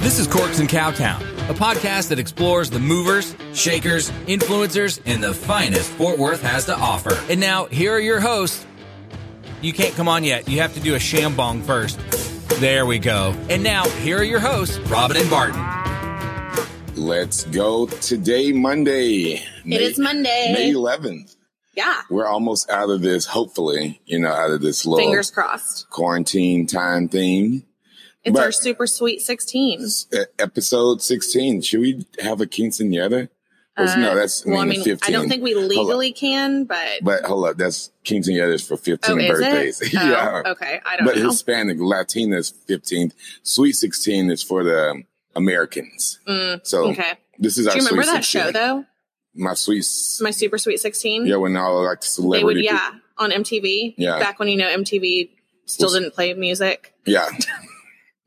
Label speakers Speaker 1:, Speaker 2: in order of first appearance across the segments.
Speaker 1: This is Corks and Cowtown, a podcast that explores the movers, shakers, influencers, and the finest Fort Worth has to offer. And now, here are your hosts. You can't come on yet. You have to do a shambong first. There we go. And now, here are your hosts, Robin and Barton.
Speaker 2: Let's go today, Monday.
Speaker 3: It is Monday.
Speaker 2: May 11th.
Speaker 3: Yeah.
Speaker 2: We're almost out of this, hopefully, you know, out of this little
Speaker 3: Fingers crossed.
Speaker 2: quarantine time thing.
Speaker 3: It's
Speaker 2: But-
Speaker 3: our super sweet 16.
Speaker 2: E- Episode 16. Should we have a quinceanera? Well, no, that's, I mean,
Speaker 3: Uh, well, I mean,
Speaker 2: 15.
Speaker 3: I don't think we
Speaker 2: Hold up.
Speaker 3: legally can, but.
Speaker 2: But hold up, that's quinceaneras for 15
Speaker 3: oh, is
Speaker 2: birthdays.
Speaker 3: it?
Speaker 2: yeah.
Speaker 3: Oh, okay. I don't
Speaker 2: But
Speaker 3: know.
Speaker 2: Hispanic, Latina is 15th. Sweet 16 is for the Americans.
Speaker 3: Mm,
Speaker 2: So
Speaker 3: okay.
Speaker 2: this is our
Speaker 3: Do you remember
Speaker 2: Sweet
Speaker 3: that
Speaker 2: 16.
Speaker 3: show, though?
Speaker 2: My Sweet
Speaker 3: My super sweet 16?
Speaker 2: Yeah, when all like
Speaker 3: they would,
Speaker 2: celebrity,
Speaker 3: yeah, on MTV.
Speaker 2: Yeah.
Speaker 3: Back when, you know, MTV still
Speaker 2: Was-
Speaker 3: didn't play music.
Speaker 2: peop- yeah,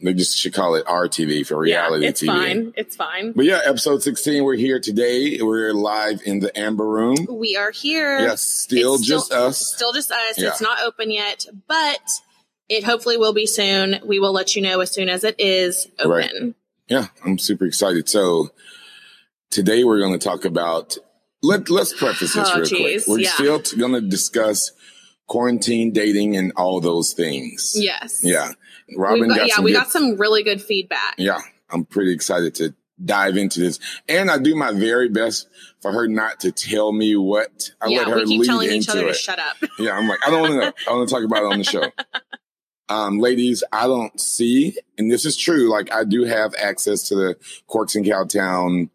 Speaker 2: they just should call it RTV for reality
Speaker 3: yeah, it's
Speaker 2: TV.
Speaker 3: fine. It's fine.
Speaker 2: But yeah, episode sixteen, we're here today. We're live in the Amber Room.
Speaker 3: We are here.
Speaker 2: Yes, still
Speaker 3: It's
Speaker 2: just us.
Speaker 3: Still just us.
Speaker 2: Yeah.
Speaker 3: It's not open yet, but it hopefully will be soon. We will let you know as soon as it is open.
Speaker 2: Right. Yeah, I'm super excited. So today we're going to talk about. Let Let's preface this
Speaker 3: Oh,
Speaker 2: real quick.
Speaker 3: geez,
Speaker 2: We're
Speaker 3: yeah.
Speaker 2: still going to discuss quarantine dating and all those things.
Speaker 3: Yes.
Speaker 2: Yeah, Robin
Speaker 3: we,
Speaker 2: got
Speaker 3: yeah,
Speaker 2: some
Speaker 3: we
Speaker 2: good
Speaker 3: got some really good feedback.
Speaker 2: yeah, I'm pretty excited to dive into this. And I do my very best for her not to tell me what I let
Speaker 3: yeah,
Speaker 2: her
Speaker 3: we keep
Speaker 2: lead
Speaker 3: telling
Speaker 2: into
Speaker 3: each other
Speaker 2: it.
Speaker 3: to shut up.
Speaker 2: yeah, I'm like, I don't want to know. I want to talk about it on the show. Um, ladies, I don't see, and this is true. Like I do have access to the Corks and Cowtown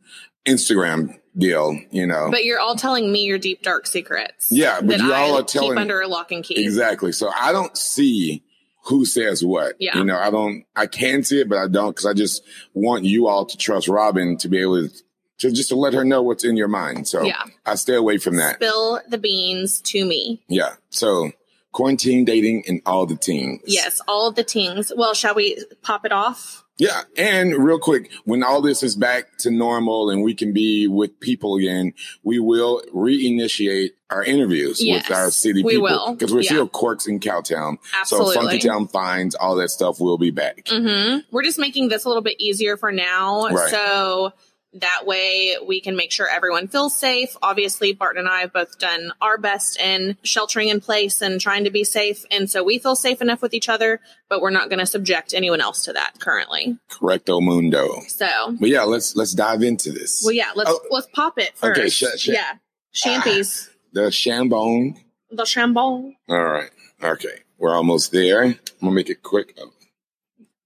Speaker 2: Instagram deal, you know.
Speaker 3: But you're all telling me your deep dark secrets.
Speaker 2: Yeah, but
Speaker 3: that
Speaker 2: you all
Speaker 3: I
Speaker 2: are telling-
Speaker 3: keep under a lock and key.
Speaker 2: Exactly. So I don't see who says what.
Speaker 3: Yeah.
Speaker 2: You know, I don't, I can see it, but I don't because I just want you all to trust Robin to be able to, to just to let her know what's in your mind. So
Speaker 3: Yeah.
Speaker 2: I stay away from that.
Speaker 3: Spill the beans to me.
Speaker 2: yeah. So quarantine dating and all the teams.
Speaker 3: Yes, all of the tings. Well, shall we pop it off?
Speaker 2: Yeah. And real quick, when all this is back to normal and we can be with people again, we will reinitiate our interviews
Speaker 3: Yes,
Speaker 2: with our city
Speaker 3: we
Speaker 2: people.
Speaker 3: will.
Speaker 2: Because we're
Speaker 3: Yeah.
Speaker 2: still Corks in Cowtown.
Speaker 3: Absolutely.
Speaker 2: So Funkytown finds all that stuff will be back.
Speaker 3: hmm We're just making this a little bit easier for now.
Speaker 2: Mm-hmm. Right.
Speaker 3: So that way we can make sure everyone feels safe. Obviously, Barton and I have both done our best in sheltering in place and trying to be safe. And so we feel safe enough with each other, but we're not going to subject anyone else to that currently.
Speaker 2: Correcto mundo.
Speaker 3: So,
Speaker 2: But yeah, let's let's dive into this.
Speaker 3: well, yeah, let's
Speaker 2: Oh.
Speaker 3: let's pop it first.
Speaker 2: Okay, sh- sh-
Speaker 3: yeah. Shampies,
Speaker 2: The shambone.
Speaker 3: the shambol.
Speaker 2: All right. Okay. We're almost there. I'm gonna make it quick. Oh,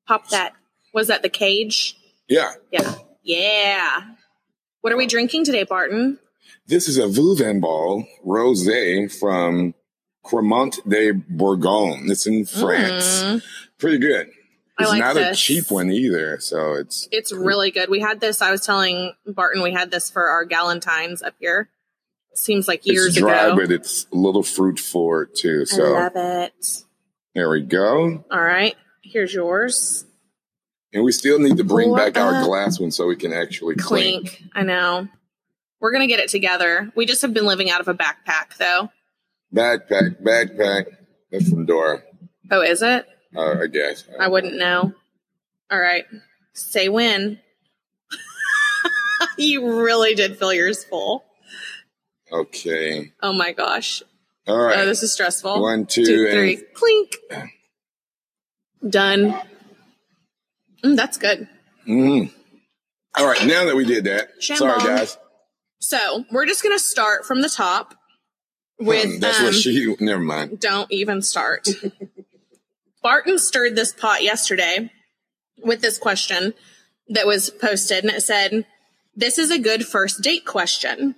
Speaker 3: Pop that. Was that the cage?
Speaker 2: Yeah.
Speaker 3: Yeah. Yeah. What are we drinking today, Barton?
Speaker 2: This is a Vouvenball rosé from Cremant de Bourgogne. It's in France.
Speaker 3: Mm.
Speaker 2: Pretty good.
Speaker 3: I
Speaker 2: It's
Speaker 3: like
Speaker 2: not
Speaker 3: this.
Speaker 2: a cheap one either, so it's
Speaker 3: It's really good. We had this. I was telling Barton we had this for our Galentine's up here. Seems like years
Speaker 2: it's dry,
Speaker 3: ago.
Speaker 2: but it's a little fruit forward too. So
Speaker 3: it.
Speaker 2: there we go.
Speaker 3: All right, here's yours.
Speaker 2: And we still need to bring
Speaker 3: Pour
Speaker 2: back our
Speaker 3: up.
Speaker 2: glass one so we can actually clean.
Speaker 3: Clink. I know. We're gonna get it together. We just have been living out of a backpack, though.
Speaker 2: Backpack, backpack. That's from Dora,
Speaker 3: Oh, is it?
Speaker 2: uh, I guess.
Speaker 3: I wouldn't know. All right, say when. you really did fill yours full.
Speaker 2: Okay.
Speaker 3: Oh my gosh.
Speaker 2: All right.
Speaker 3: Oh, this is stressful.
Speaker 2: One, two,
Speaker 3: two,
Speaker 2: and-
Speaker 3: three. Clink. Done. Mm, that's good.
Speaker 2: Mhm. All right. Now that we did that,
Speaker 3: Shambong.
Speaker 2: sorry guys. Um,
Speaker 3: So we're just gonna start from the top with
Speaker 2: Hmm, that's
Speaker 3: um,
Speaker 2: what she. Never mind.
Speaker 3: don't even start. Barton stirred this pot yesterday with this question that was posted, and it said, This is a good first date question.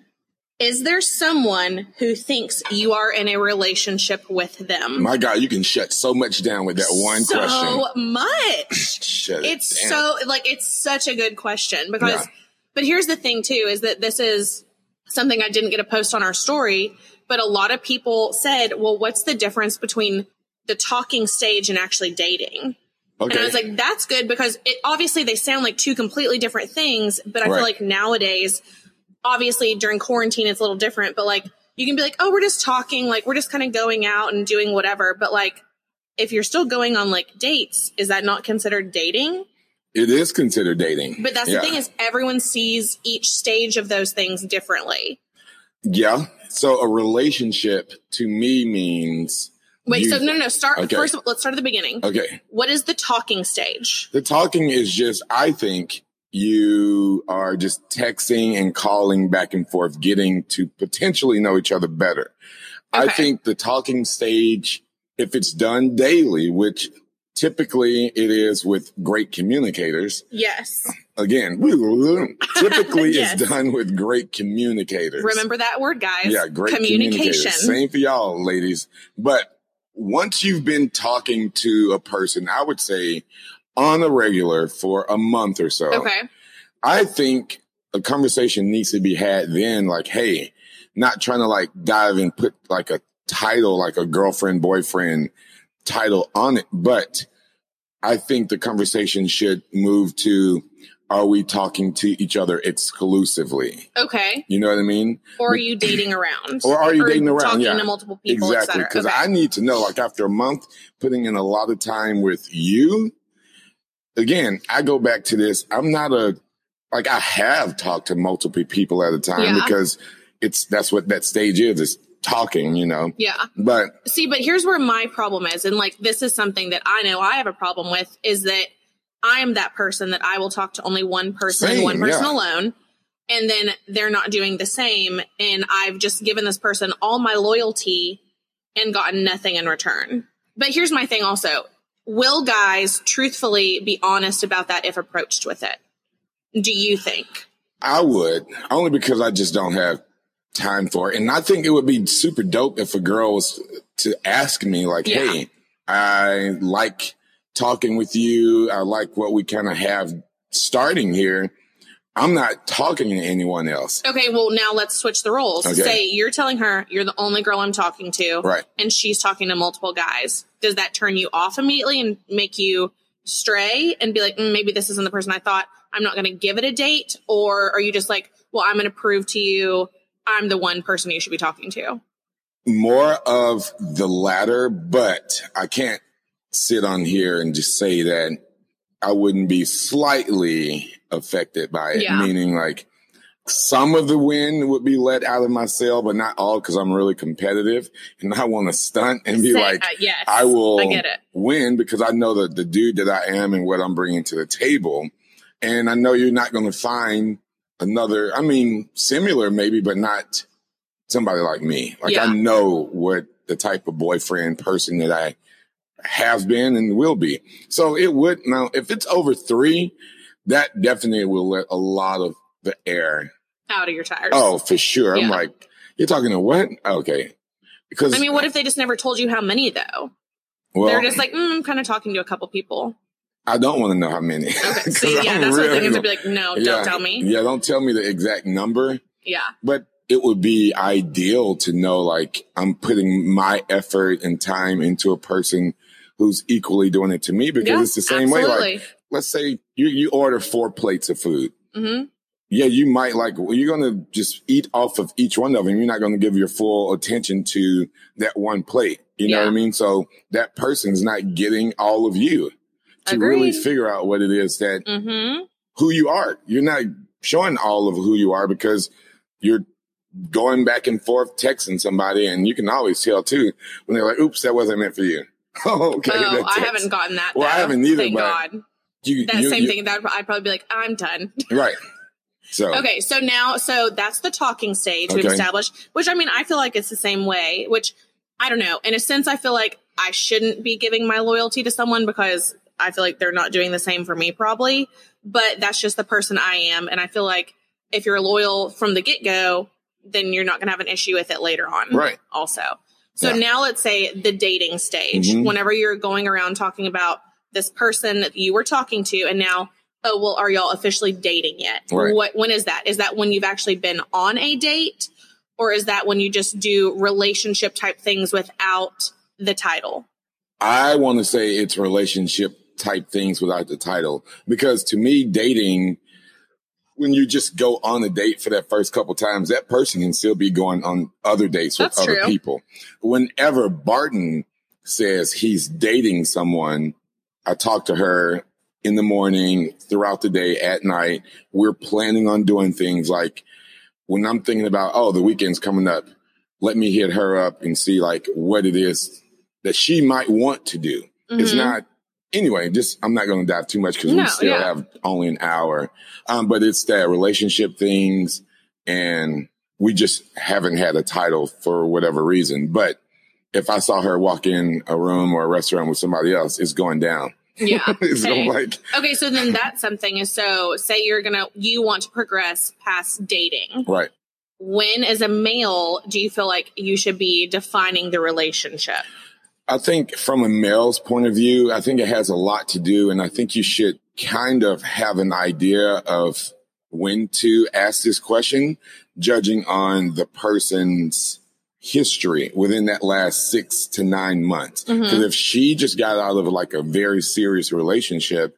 Speaker 3: Is there someone who thinks you are in a relationship with them?
Speaker 2: My God, you can shut so much down with that one
Speaker 3: so
Speaker 2: question.
Speaker 3: much.
Speaker 2: Shut it
Speaker 3: It's
Speaker 2: down.
Speaker 3: so like it's such a good question because
Speaker 2: Yeah.
Speaker 3: but here's the thing too is that this is something I didn't get a post on our story, but a lot of people said, "Well, what's the difference between the talking stage and actually dating?"
Speaker 2: Okay.
Speaker 3: And I was like, "That's good because it obviously they sound like two completely different things, but I
Speaker 2: Right.
Speaker 3: feel like nowadays obviously during quarantine it's a little different, but like you can be like, "Oh, we're just talking, like we're just kind of going out and doing whatever," but like if you're still going on like dates, is that not considered dating?
Speaker 2: It is considered dating.
Speaker 3: But that's
Speaker 2: Yeah.
Speaker 3: the thing is everyone sees each stage of those things differently.
Speaker 2: Yeah. So a relationship to me means
Speaker 3: Wait,
Speaker 2: You-
Speaker 3: so no, no, no. Start
Speaker 2: Okay.
Speaker 3: first. Of, let's start at the beginning.
Speaker 2: okay.
Speaker 3: What is the talking stage?
Speaker 2: The talking is just I think you are just texting and calling back and forth, getting to potentially know each other better. I
Speaker 3: Okay.
Speaker 2: think the talking stage, if it's done daily, which typically it is with great communicators,
Speaker 3: Yes.
Speaker 2: again, typically
Speaker 3: Yes.
Speaker 2: it's done with great communicators.
Speaker 3: Remember that word, guys.
Speaker 2: Yeah, great communication. Same for y'all, ladies. But once you've been talking to a person, I would say on a regular for a month or so,
Speaker 3: Okay.
Speaker 2: I think a conversation needs to be had then, like, hey, not trying to like dive and put like a title, like a girlfriend, boyfriend title on it. But I think the conversation should move to, are we talking to each other exclusively?
Speaker 3: Okay.
Speaker 2: You know what I mean?
Speaker 3: Or are you dating around?
Speaker 2: Or are you dating around?
Speaker 3: Talking
Speaker 2: Yeah.
Speaker 3: to multiple people, et
Speaker 2: exactly
Speaker 3: cetera.
Speaker 2: because
Speaker 3: Okay.
Speaker 2: i need to know like after a month putting in a lot of time with you again i go back to this i'm not a like i have talked to multiple people at a time
Speaker 3: Yeah.
Speaker 2: because it's that's what that stage is is talking you know
Speaker 3: yeah.
Speaker 2: but
Speaker 3: See, but here's where my problem is, and like this is something that I know I have a problem with is that I am that person that I will talk to only one person, and
Speaker 2: Same,
Speaker 3: one person
Speaker 2: yeah.
Speaker 3: alone, and then they're not doing the same, and I've just given this person all my loyalty and gotten nothing in return. But here's my thing also. Will guys truthfully be honest about that if approached with it? Do you think?
Speaker 2: I would only because I just don't have time for it. And I think it would be super dope if a girl was to ask me like,
Speaker 3: Yeah.
Speaker 2: Hey, I like talking with you. I like what we kind of have starting here. I'm not talking to anyone else.
Speaker 3: Okay, well, now let's switch the roles.
Speaker 2: Okay.
Speaker 3: Say you're telling her you're the only girl I'm talking to,
Speaker 2: Right.
Speaker 3: and she's talking to multiple guys. Does that turn you off immediately and make you stray and be like, mm, maybe this isn't the person I thought? I'm not going to give it a date? Or are you just like, well, I'm going to prove to you I'm the one person you should be talking to?
Speaker 2: More of the latter, but I can't sit on here and just say that I wouldn't be slightly affected by it.
Speaker 3: Yeah.
Speaker 2: Meaning like some of the wind would be let out of my sail, but not all because I'm really competitive and I want to stunt and be
Speaker 3: Say,
Speaker 2: like,
Speaker 3: uh, yes,
Speaker 2: I will
Speaker 3: I get it.
Speaker 2: win because I know that the dude that I am and what I'm bringing to the table. And I know you're not going to find another, I mean, similar maybe, but not somebody like me. Like
Speaker 3: Yeah.
Speaker 2: I know what the type of boyfriend person that I have been and will be. So it would now, if it's over three, that definitely will let a lot of the air.
Speaker 3: Out of your tires.
Speaker 2: Oh, for sure. I'm
Speaker 3: Yeah.
Speaker 2: like, you're talking to what? Okay. Because
Speaker 3: I mean, what if they just never told you how many, though?
Speaker 2: well,
Speaker 3: They're just like, mm, I'm kind of talking to a couple people.
Speaker 2: I don't want to know how many.
Speaker 3: Okay.
Speaker 2: 'Cause
Speaker 3: See, yeah,
Speaker 2: I'm
Speaker 3: that's what the
Speaker 2: real-
Speaker 3: thing is. I'd be like, no,
Speaker 2: Yeah.
Speaker 3: don't tell me.
Speaker 2: Yeah, don't tell me the exact number,
Speaker 3: Yeah.
Speaker 2: but it would be ideal to know like I'm putting my effort and time into a person who's equally doing it to me because
Speaker 3: Yeah,
Speaker 2: it's the same way. Like, let's say you, you order four plates of food.
Speaker 3: hmm
Speaker 2: Yeah, you might like, well, you're going to just eat off of each one of them. You're not going to give your full attention to that one plate. You know
Speaker 3: Yeah.
Speaker 2: what I mean? So that person's not getting all of you to really
Speaker 3: Agreed.
Speaker 2: figure out what it is that
Speaker 3: hmm
Speaker 2: who you are. You're not showing all of who you are because you're going back and forth texting somebody, and you can always tell too when they're like, "Oops, that wasn't meant for you." oh, okay.
Speaker 3: Oh,
Speaker 2: that
Speaker 3: I
Speaker 2: text.
Speaker 3: haven't gotten that.
Speaker 2: Well, I
Speaker 3: though.
Speaker 2: haven't either,
Speaker 3: Thank
Speaker 2: but
Speaker 3: God.
Speaker 2: You,
Speaker 3: That
Speaker 2: you-
Speaker 3: same
Speaker 2: you-
Speaker 3: thing. That I'd probably be like, I'm done.
Speaker 2: right? So
Speaker 3: Okay, so now, so that's the talking stage we've
Speaker 2: Okay.
Speaker 3: established. Which I mean, I feel like it's the same way. Which I don't know. In a sense, I feel like I shouldn't be giving my loyalty to someone because I feel like they're not doing the same for me, probably. But that's just the person I am, and I feel like if you're loyal from the get go, then you're not going to have an issue with it later on,
Speaker 2: Right.
Speaker 3: Also, so
Speaker 2: Yeah.
Speaker 3: now let's say the dating stage.
Speaker 2: Mhm.
Speaker 3: Whenever you're going around talking about this person that you were talking to, and now, oh well, are y'all officially dating yet?
Speaker 2: Right.
Speaker 3: What when is that? Is that when you've actually been on a date, or is that when you just do relationship type things without the title?
Speaker 2: I want to say it's relationship type things without the title because to me, dating. When you just go on a date for that first couple times, that person can still be going on other dates with
Speaker 3: That's
Speaker 2: other
Speaker 3: true.
Speaker 2: people. Whenever Barton says he's dating someone, I talked to her in the morning, throughout the day, at night. We're planning on doing things like when I'm thinking about, oh, the weekend's coming up, let me hit her up and see like what it is that she might want to do. It's
Speaker 3: Mhm.
Speaker 2: not anyway, just I'm not going to dive too much because
Speaker 3: No,
Speaker 2: we still
Speaker 3: yeah.
Speaker 2: have only an hour. Um, but it's that relationship things, and we just haven't had a title for whatever reason. But if I saw her walk in a room or a restaurant with somebody else, it's going down.
Speaker 3: Yeah.
Speaker 2: it's going
Speaker 3: Okay.
Speaker 2: like
Speaker 3: Okay, so then that's something. Is So, say you're gonna, you want to progress past dating.
Speaker 2: right.
Speaker 3: When, as a male, do you feel like you should be defining the relationship?
Speaker 2: I think from a male's point of view, I think it has a lot to do. And I think you should kind of have an idea of when to ask this question, judging on the person's history within that last six to nine months. Because if she just got out of like a very serious relationship,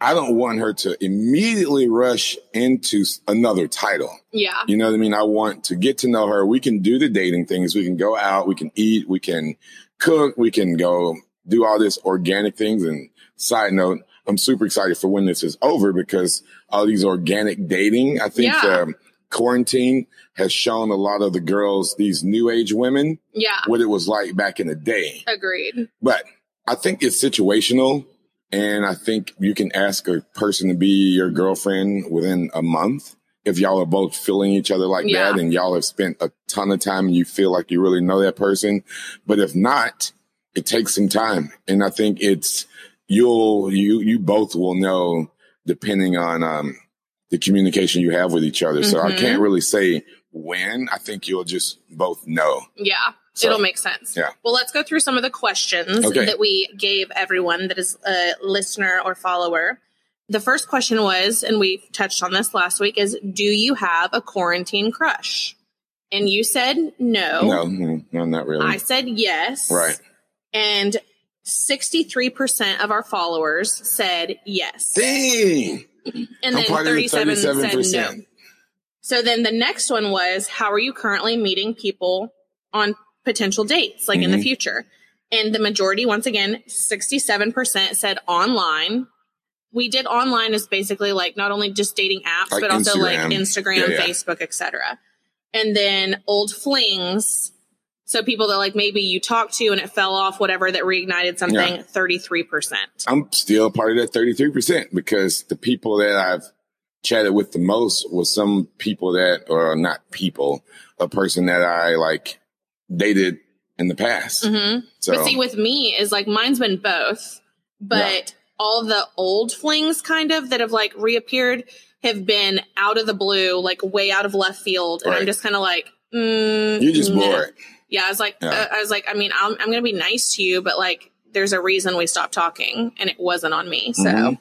Speaker 2: I don't want her to immediately rush into s- another title.
Speaker 3: Yeah.
Speaker 2: You know what I mean? I want to get to know her. We can do the dating things. We can go out. We can eat. We can cook. We can go do all this organic things. And side note, I'm super excited for when this is over because all these organic dating, I think
Speaker 3: Yeah.
Speaker 2: the quarantine has shown a lot of the girls, these new age women,
Speaker 3: Yeah.
Speaker 2: what it was like back in the day.
Speaker 3: Agreed.
Speaker 2: But I think it's situational. And I think you can ask a person to be your girlfriend within a month. If y'all are both feeling each other like
Speaker 3: Yeah.
Speaker 2: that and y'all have spent a ton of time and you feel like you really know that person. But if not, it takes some time. And I think it's, you'll, you, you both will know depending on, um, the communication you have with each other. So I
Speaker 3: Mhm.
Speaker 2: can't really say when. I think you'll just both know.
Speaker 3: Yeah.
Speaker 2: So-
Speaker 3: It'll make sense.
Speaker 2: Yeah.
Speaker 3: Well, let's go through some of the questions
Speaker 2: Okay.
Speaker 3: that we gave everyone that is a listener or follower. The first question was, and we touched on this last week, is do you have a quarantine crush? And you said no.
Speaker 2: No, mm, no, not really.
Speaker 3: I said yes.
Speaker 2: Right.
Speaker 3: And 63% of our followers said yes.
Speaker 2: Dang.
Speaker 3: And
Speaker 2: I'm
Speaker 3: then
Speaker 2: part of the
Speaker 3: 37 said no.
Speaker 2: 37%.
Speaker 3: So then the next one was how are you currently meeting people on potential dates, like in the
Speaker 2: Mhm.
Speaker 3: future? And the majority, once again, 67% said online. We did online is basically like not only just dating apps,
Speaker 2: Like
Speaker 3: but also like
Speaker 2: Instagram.
Speaker 3: Instagram,
Speaker 2: Yeah, yeah.
Speaker 3: Facebook, etc. And then old flings. So people that like maybe you talked to and it fell off, whatever that reignited something, 33%.
Speaker 2: I'm still part of that 33% because the people that I've chatted with the most was some people that or not people, a person that I like dated in the past.
Speaker 3: hmm
Speaker 2: So
Speaker 3: But see, with me is like mine's been both, but all the old flings kind of that have like reappeared have been out of the blue, like way out of left field, and I'm
Speaker 2: Right.
Speaker 3: just kind of like, mm,
Speaker 2: you're just
Speaker 3: nah.
Speaker 2: bored.
Speaker 3: Yeah, I was like,
Speaker 2: Yeah.
Speaker 3: uh, I was like, I mean, I'm, I'm gonna be nice to you, but like, there's a reason we stopped talking, and it wasn't on me. So,
Speaker 2: Mhm.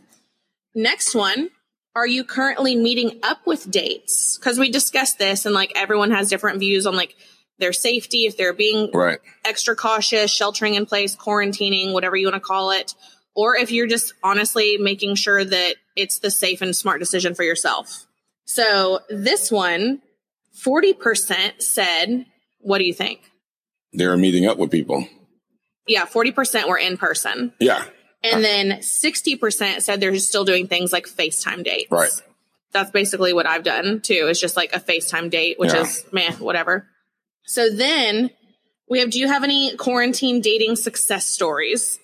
Speaker 3: next one. Are you currently meeting up with dates? Because we discussed this, and like everyone has different views on like their safety, if they're being
Speaker 2: Right.
Speaker 3: extra cautious, sheltering in place, quarantining, whatever you want to call it, or if you're just honestly making sure that it's the safe and smart decision for yourself. So this one, 40% said, What do you think?
Speaker 2: They're meeting up with people.
Speaker 3: Yeah, 40% were in person.
Speaker 2: Yeah.
Speaker 3: And then 60% said they're still doing things like FaceTime dates.
Speaker 2: Right.
Speaker 3: That's basically what I've done too, is just like a FaceTime date, which
Speaker 2: Yeah.
Speaker 3: is man, whatever. So then we have do you have any quarantine dating success stories?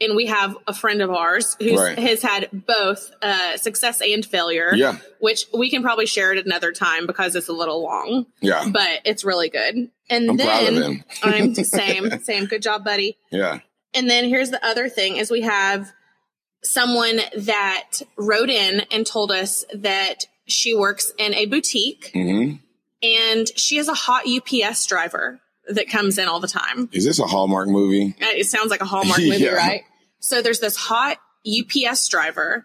Speaker 3: And we have a friend of ours who
Speaker 2: Right.
Speaker 3: has had both uh, success and failure,
Speaker 2: Yeah.
Speaker 3: which we can probably share at another time because it's a little long,
Speaker 2: Yeah.
Speaker 3: but it's really good. And
Speaker 2: I'm
Speaker 3: then
Speaker 2: proud of them.
Speaker 3: I'm same, same. Good job, buddy.
Speaker 2: Yeah.
Speaker 3: And then here's the other thing is we have someone that wrote in and told us that she works in a boutique
Speaker 2: hmm
Speaker 3: and she is a hot UPS driver that comes in all the time.
Speaker 2: Is this a Hallmark movie?
Speaker 3: Uh, It sounds like a Hallmark movie,
Speaker 2: Yeah.
Speaker 3: right? So there's this hot UPS driver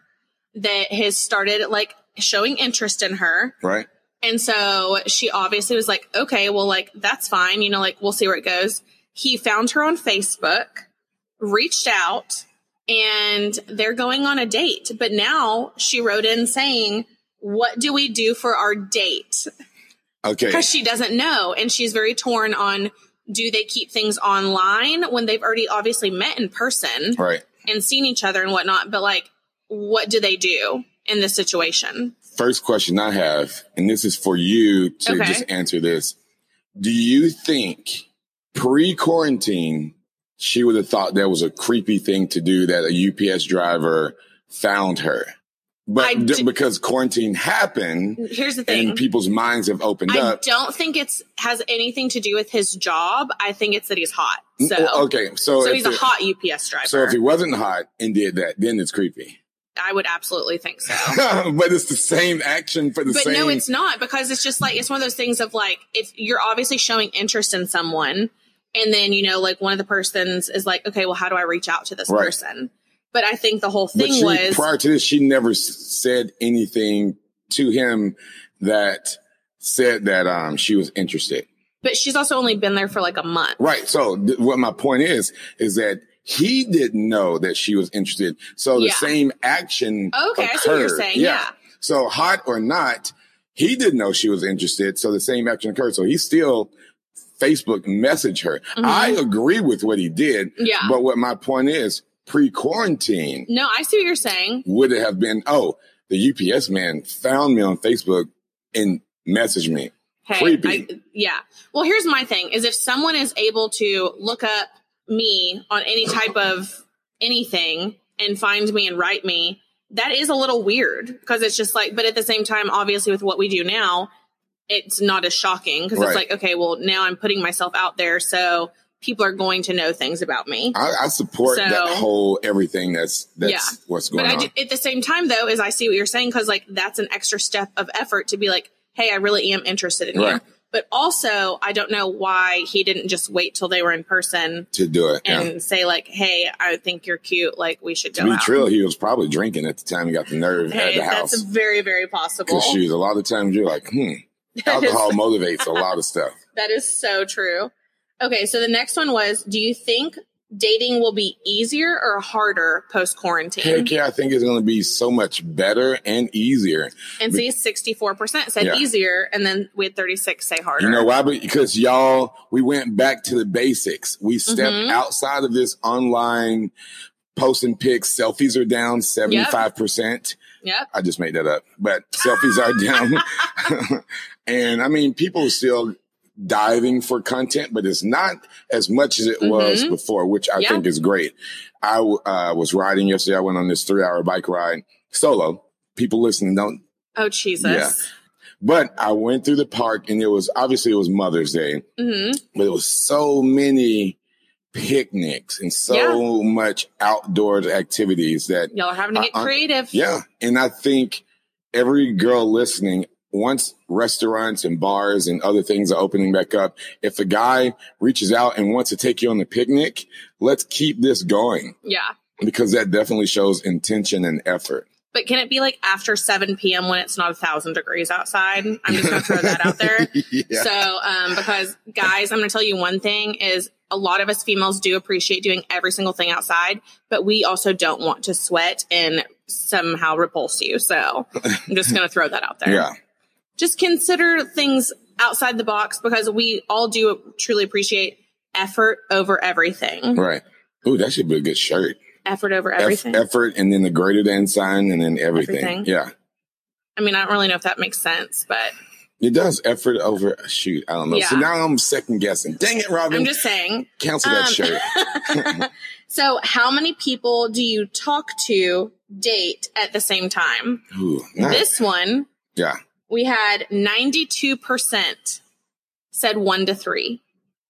Speaker 3: that has started like showing interest in her.
Speaker 2: Right.
Speaker 3: And so she obviously was like, okay, well, like, that's fine. You know, like, we'll see where it goes. He found her on Facebook, reached out, and they're going on a date. But now she wrote in saying, what do we do for our date?
Speaker 2: Okay.
Speaker 3: Because she doesn't know. And she's very torn on do they keep things online when they've already obviously met in person
Speaker 2: Right.
Speaker 3: and seen each other and whatnot? But like, what do they do in this situation?
Speaker 2: First question I have, and this is for you to
Speaker 3: Okay.
Speaker 2: just answer this. Do you think pre quarantine, she would have thought that was a creepy thing to do that a UPS driver found her?
Speaker 3: I
Speaker 2: But d-
Speaker 3: d-
Speaker 2: because quarantine happened
Speaker 3: Here's the thing.
Speaker 2: and people's minds have opened
Speaker 3: I
Speaker 2: up.
Speaker 3: don't think it's has anything to do with his job. I think it's that he's hot. So
Speaker 2: Mm, Well, okay, so,
Speaker 3: so
Speaker 2: if
Speaker 3: he's a
Speaker 2: it-
Speaker 3: hot UPS driver.
Speaker 2: So if he wasn't hot and did that, then it's creepy.
Speaker 3: I would absolutely think so.
Speaker 2: but it's the same action for the
Speaker 3: But
Speaker 2: same.
Speaker 3: no, it's not because it's just like it's one of those things of like if you're obviously showing interest in someone, and then you know like one of the persons is like, okay, well, how do I reach out to this
Speaker 2: Right.
Speaker 3: person? But I think the whole
Speaker 2: but
Speaker 3: thing
Speaker 2: she,
Speaker 3: was
Speaker 2: prior to this, she never s- said anything to him that said that um she was interested.
Speaker 3: But she's also only been there for like a month.
Speaker 2: Right. So th- what my point is is that he didn't know that she was interested. So the
Speaker 3: Yeah.
Speaker 2: same action.
Speaker 3: Okay, I see what you're
Speaker 2: occurred.
Speaker 3: saying, yeah.
Speaker 2: So hot or not, he didn't know she was interested. So the same action occurred. So he still Facebook messaged her. I agree with what he did.
Speaker 3: Mm-hmm. Yeah.
Speaker 2: But what my point is, pre quarantine,
Speaker 3: No, I see what you're saying.
Speaker 2: would it have been? Oh, the UPS man found me on Facebook and messaged me.
Speaker 3: Hey,
Speaker 2: Creepy.
Speaker 3: I, yeah. Well, here's my thing is if someone is able to look up me on any type of anything and find me and write me, that is a little weird because it's just like, but at the same time, obviously, with what we do now, it's not as shocking because
Speaker 2: Right.
Speaker 3: it's like, okay, well, now I'm putting myself out there. So people are going to know things about me.
Speaker 2: I, I support
Speaker 3: So-
Speaker 2: that whole everything. That's that's
Speaker 3: Yeah.
Speaker 2: what's going
Speaker 3: But I
Speaker 2: on.
Speaker 3: do, at the same time, though, is I see what you're saying because like that's an extra step of effort to be like, hey, I really am interested in
Speaker 2: Right.
Speaker 3: you. But also, I don't know why he didn't just wait till they were in person
Speaker 2: to do it.
Speaker 3: and
Speaker 2: yeah.
Speaker 3: say like, hey, I think you're cute. Like we should go
Speaker 2: To be
Speaker 3: out.
Speaker 2: true, he was probably drinking at the time he got the nerve at
Speaker 3: Hey,
Speaker 2: the
Speaker 3: that's
Speaker 2: house.
Speaker 3: very, very possible.
Speaker 2: Because shoes, a lot of times you're like, hmm, alcohol motivates a lot of stuff.
Speaker 3: That is so true. Okay, so the next one was, do you think dating will be easier or harder post quarantine?
Speaker 2: Daycare, I think, is going to be so much better and easier.
Speaker 3: And see, sixty four percent said
Speaker 2: Yeah.
Speaker 3: easier, and then we had thirty six say harder.
Speaker 2: You know why? Because y'all, we went back to the basics. We stepped
Speaker 3: Mhm.
Speaker 2: outside of this online posting pics. Selfies are down 75%.
Speaker 3: Yep.
Speaker 2: I just made that up, but selfies are down. and I mean, people are still diving for content, but it's not as much as it was
Speaker 3: Mhm.
Speaker 2: before, which I
Speaker 3: Yeah.
Speaker 2: think is great. I w- uh, was riding yesterday. I went on this three hour bike ride solo. People listening don't,
Speaker 3: Oh Jesus.
Speaker 2: but I went through the park and it was obviously it was Mother's Day,
Speaker 3: hmm
Speaker 2: but it was so many picnics and so much outdoors activities that
Speaker 3: Y'all are having to get
Speaker 2: I- I-
Speaker 3: creative.
Speaker 2: yeah. And I think every girl listening, once restaurants and bars and other things are opening back up, if a guy reaches out and wants to take you on the picnic, let's keep this going
Speaker 3: Yeah.
Speaker 2: because that definitely shows intention and effort.
Speaker 3: But can it be like after 7 p.m. when it's not a thousand degrees outside? I'm just gonna throw that out there.
Speaker 2: yeah.
Speaker 3: So, um, because guys, I'm gonna tell you one thing is a lot of us females do appreciate doing every single thing outside, but we also don't want to sweat and somehow repulse you. So I'm just gonna throw that out there.
Speaker 2: yeah.
Speaker 3: Just consider things outside the box because we all do truly appreciate effort over everything.
Speaker 2: Right. Ooh, that should be a good shirt.
Speaker 3: Effort over
Speaker 2: Eff-
Speaker 3: everything.
Speaker 2: effort and then the greater than sign and then everything.
Speaker 3: Everything.
Speaker 2: Yeah.
Speaker 3: I mean, I don't really know if that makes sense, but
Speaker 2: It does effort over shoot. I don't know. So
Speaker 3: Yeah.
Speaker 2: now I'm second guessing. Dang it,
Speaker 3: I'm
Speaker 2: Robin.
Speaker 3: just saying.
Speaker 2: Cancel that
Speaker 3: um,
Speaker 2: shirt.
Speaker 3: So, how many people do you talk to date at the same time?
Speaker 2: Ooh, nah.
Speaker 3: This one,
Speaker 2: yeah.
Speaker 3: we had 92% said one to three,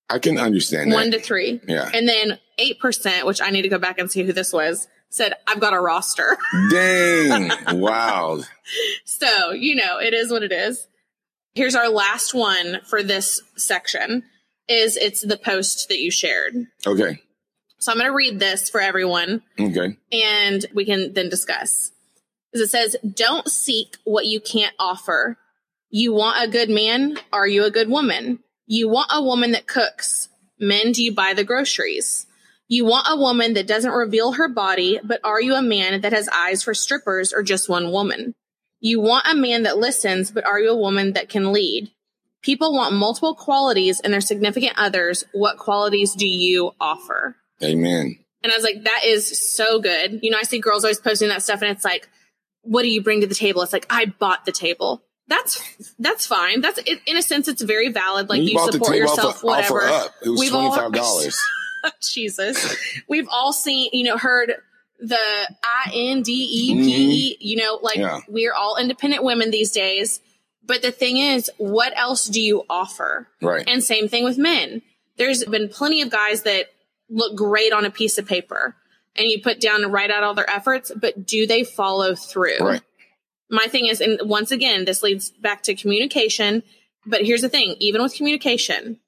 Speaker 2: I can understand
Speaker 3: one
Speaker 2: that.
Speaker 3: to three.
Speaker 2: Yeah.
Speaker 3: And then 8%, which I need to go back and see who this was, said, I've got a roster.
Speaker 2: Dang. wow.
Speaker 3: So, you know, it is what it is. Here's our last one for this section is it's the post that you shared.
Speaker 2: Okay.
Speaker 3: So I'm going to read this for everyone
Speaker 2: Okay.
Speaker 3: and we can then discuss. 'Cause It says, don't seek what you can't offer. You want a good man? Are you a good woman? You want a woman that cooks. Men, do you buy the groceries? You want a woman that doesn't reveal her body, but are you a man that has eyes for strippers or just one woman? You want a man that listens, but are you a woman that can lead? People want multiple qualities in their significant others. What qualities do you offer?
Speaker 2: Amen.
Speaker 3: And I was like, that is so good. You know, I see girls always posting that stuff and it's like, what do you bring to the table? It's like, I bought the table. That's that's fine. That's it, in a sense, it's very valid. Like
Speaker 2: We
Speaker 3: you,
Speaker 2: bought the
Speaker 3: support
Speaker 2: table off
Speaker 3: yourself,
Speaker 2: of- off of
Speaker 3: whatever.
Speaker 2: Up. It was
Speaker 3: all-
Speaker 2: $25.
Speaker 3: Jesus, we've all seen, you know, heard the I N D E P E. You know, like
Speaker 2: Mm-hmm. Yeah.
Speaker 3: we're all independent women these days. But the thing is, what else do you offer?
Speaker 2: Right.
Speaker 3: And same thing with men. There's been plenty of guys that look great on a piece of paper and you put down and write out all their efforts, but do they follow through?
Speaker 2: Right.
Speaker 3: My thing is, and once again, this leads back to communication. But here's the thing even with communication,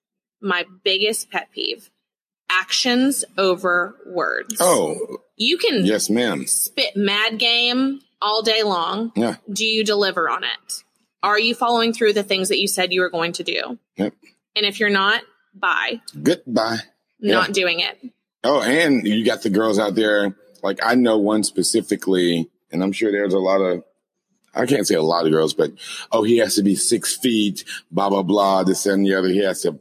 Speaker 3: my biggest pet peeve actions over words.
Speaker 2: Oh,
Speaker 3: you can
Speaker 2: yes, ma'am.
Speaker 3: spit mad game all day long.
Speaker 2: Yeah.
Speaker 3: Do you deliver on it? Are you following through the things that you said you were going to do?
Speaker 2: Yep.
Speaker 3: And if you're not, bye.
Speaker 2: Goodbye.
Speaker 3: Not doing it.
Speaker 2: Oh, and you got the girls out there. Like I know one specifically, and I'm sure there's a lot of, I can't say a lot of girls, but oh, he has to be six feet, blah blah blah, this and the other. He has to.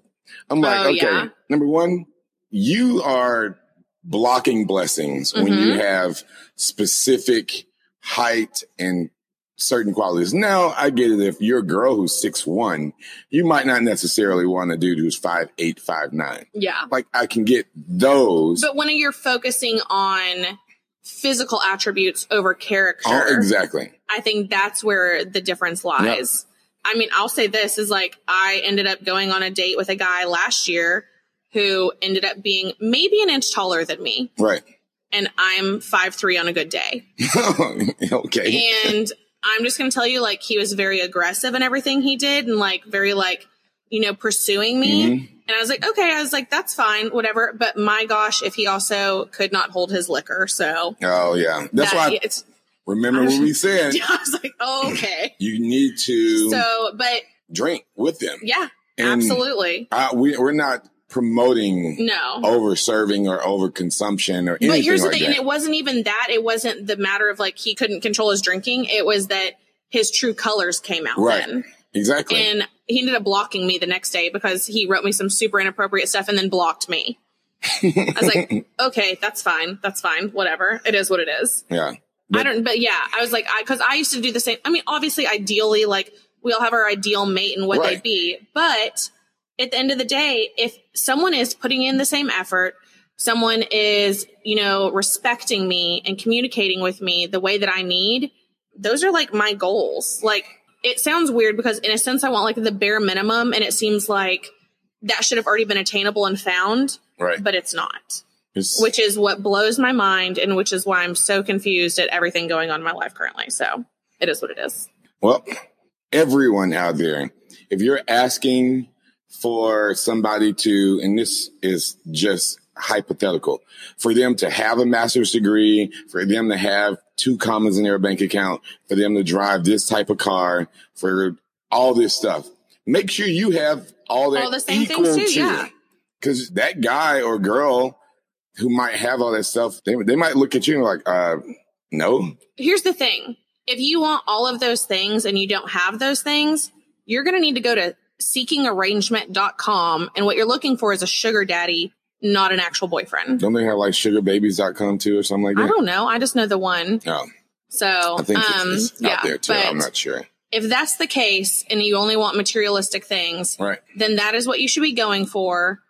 Speaker 2: I'm like,
Speaker 3: Oh,
Speaker 2: okay,
Speaker 3: yeah.
Speaker 2: number one, you are blocking blessings when
Speaker 3: Mm-hmm.
Speaker 2: you have specific height and certain qualities. Now, I get it. If you're a girl who's six one, you might not necessarily want a dude who's five eight, five nine.
Speaker 3: Yeah.
Speaker 2: Like I can get those.
Speaker 3: But when you're focusing on physical attributes over character,
Speaker 2: Oh, exactly.
Speaker 3: I think that's where the difference lies. I mean, I'll say this is like I ended up going on a date with a guy last year who ended up being maybe an inch taller than me,
Speaker 2: Right.
Speaker 3: and I'm five three on a good day.
Speaker 2: okay.
Speaker 3: and I'm just going to tell you, like, he was very aggressive in everything he did and, like, very, like, you know, pursuing me.
Speaker 2: Mm-hmm.
Speaker 3: And I was like, okay, I was like, that's fine, whatever. But my gosh, if he also could not hold his liquor. So
Speaker 2: Oh yeah. That's
Speaker 3: that-
Speaker 2: why.
Speaker 3: it's,
Speaker 2: remember what we said.
Speaker 3: I was like, oh, okay.
Speaker 2: You need to
Speaker 3: So, but
Speaker 2: drink with them.
Speaker 3: yeah,
Speaker 2: And-
Speaker 3: absolutely.
Speaker 2: I, we, we're not promoting
Speaker 3: No.
Speaker 2: over serving or over consumption or Oh, anything
Speaker 3: Mm-hmm. But here's the
Speaker 2: like
Speaker 3: thing,
Speaker 2: that.
Speaker 3: and it wasn't even that. It wasn't the matter of like he couldn't control his drinking. It was that his true colors came out
Speaker 2: right.
Speaker 3: then.
Speaker 2: Exactly.
Speaker 3: and he ended up blocking me the next day because he wrote me some super inappropriate stuff and then blocked me. I was like, okay, that's fine. That's fine. Whatever. It is what it is.
Speaker 2: yeah.
Speaker 3: I don't, but yeah, I was like, I, cause I used to do the same. I mean, obviously, ideally, like we all have our ideal mate and what
Speaker 2: Right.
Speaker 3: they'd be. But at the end of the day, if someone is putting in the same effort, someone is, you know, respecting me and communicating with me the way that I need, those are like my goals. Like it sounds weird because in a sense, I want like the bare minimum and it seems like that should have already been attainable and found,
Speaker 2: Right.
Speaker 3: but it's not
Speaker 2: It's-
Speaker 3: which is what blows my mind and which is why I'm so confused at everything going on in my life currently. So it is what it is.
Speaker 2: Well, everyone out there, if you're asking for somebody to, and this is just hypothetical, for them to have a master's degree, for them to have two commas in their bank account, for them to drive this type of car, for all this stuff, make sure you have all that
Speaker 3: All the same
Speaker 2: equal
Speaker 3: things
Speaker 2: to.
Speaker 3: too, yeah.
Speaker 2: Because that guy or girl who might have all that stuff, they, they might look at you and be like, uh, no,
Speaker 3: Here's the thing if you want all of those things and you don't have those things, you're going to need to go to seekingarrangement.com. And what you're looking for is a sugar daddy, not an actual boyfriend.
Speaker 2: don't they have like sugarbabies.com too or something like that?
Speaker 3: I don't know. I just know the one.
Speaker 2: No,
Speaker 3: So
Speaker 2: I think it's-
Speaker 3: um,
Speaker 2: it's,
Speaker 3: yeah,
Speaker 2: out there too.
Speaker 3: But
Speaker 2: I'm not sure.
Speaker 3: if that's the case and you only want materialistic things,
Speaker 2: Right.
Speaker 3: then that is what you should be going for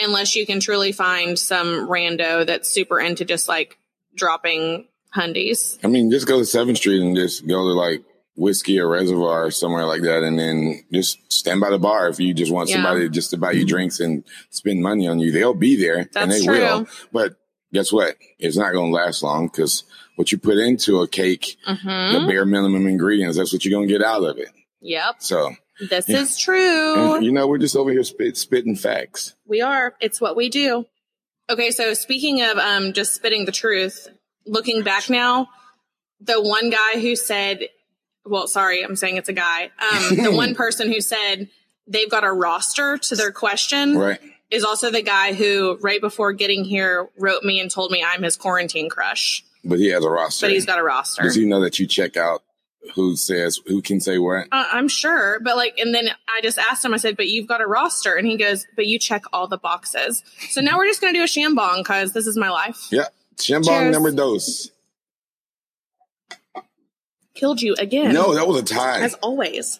Speaker 3: unless you can truly find some rando that's super into just like dropping hundies.
Speaker 2: I mean, just go to Seventh Street and just go to like whiskey or reservoir or somewhere like that, and then just stand by the bar if you just want
Speaker 3: Yeah.
Speaker 2: somebody just to buy you drinks and spend money on you. They'll be there and
Speaker 3: That's
Speaker 2: they
Speaker 3: true.
Speaker 2: will. But guess what? It's not going to last long because what you put into a cake, the
Speaker 3: Mm-hmm.
Speaker 2: bare minimum ingredients, that's what you're going to get out of it.
Speaker 3: Yep.
Speaker 2: So,
Speaker 3: This is true.
Speaker 2: you know, we're just over here spit, spitting facts.
Speaker 3: We are. It's what we do. Okay, so speaking of um just spitting the truth, looking back now, the one guy who said well, sorry, I'm saying it's a guy. Um the one person who said they've got a roster to their question.
Speaker 2: Right.
Speaker 3: is also the guy who, right before getting here, wrote me and told me I'm his quarantine crush,
Speaker 2: But he has a roster.
Speaker 3: but he's got a roster.
Speaker 2: Does he know that you check out who says who can say what?
Speaker 3: Uh, I'm sure, but like, and then I just asked him. I said, "But you've got a roster," and he goes, "But you check all the boxes." So now we're just gonna do a shambong because this is my life.
Speaker 2: Yeah, Chimbong
Speaker 3: Cheers.
Speaker 2: number dose.
Speaker 3: Killed you again.
Speaker 2: No, that was a tie.
Speaker 3: as always.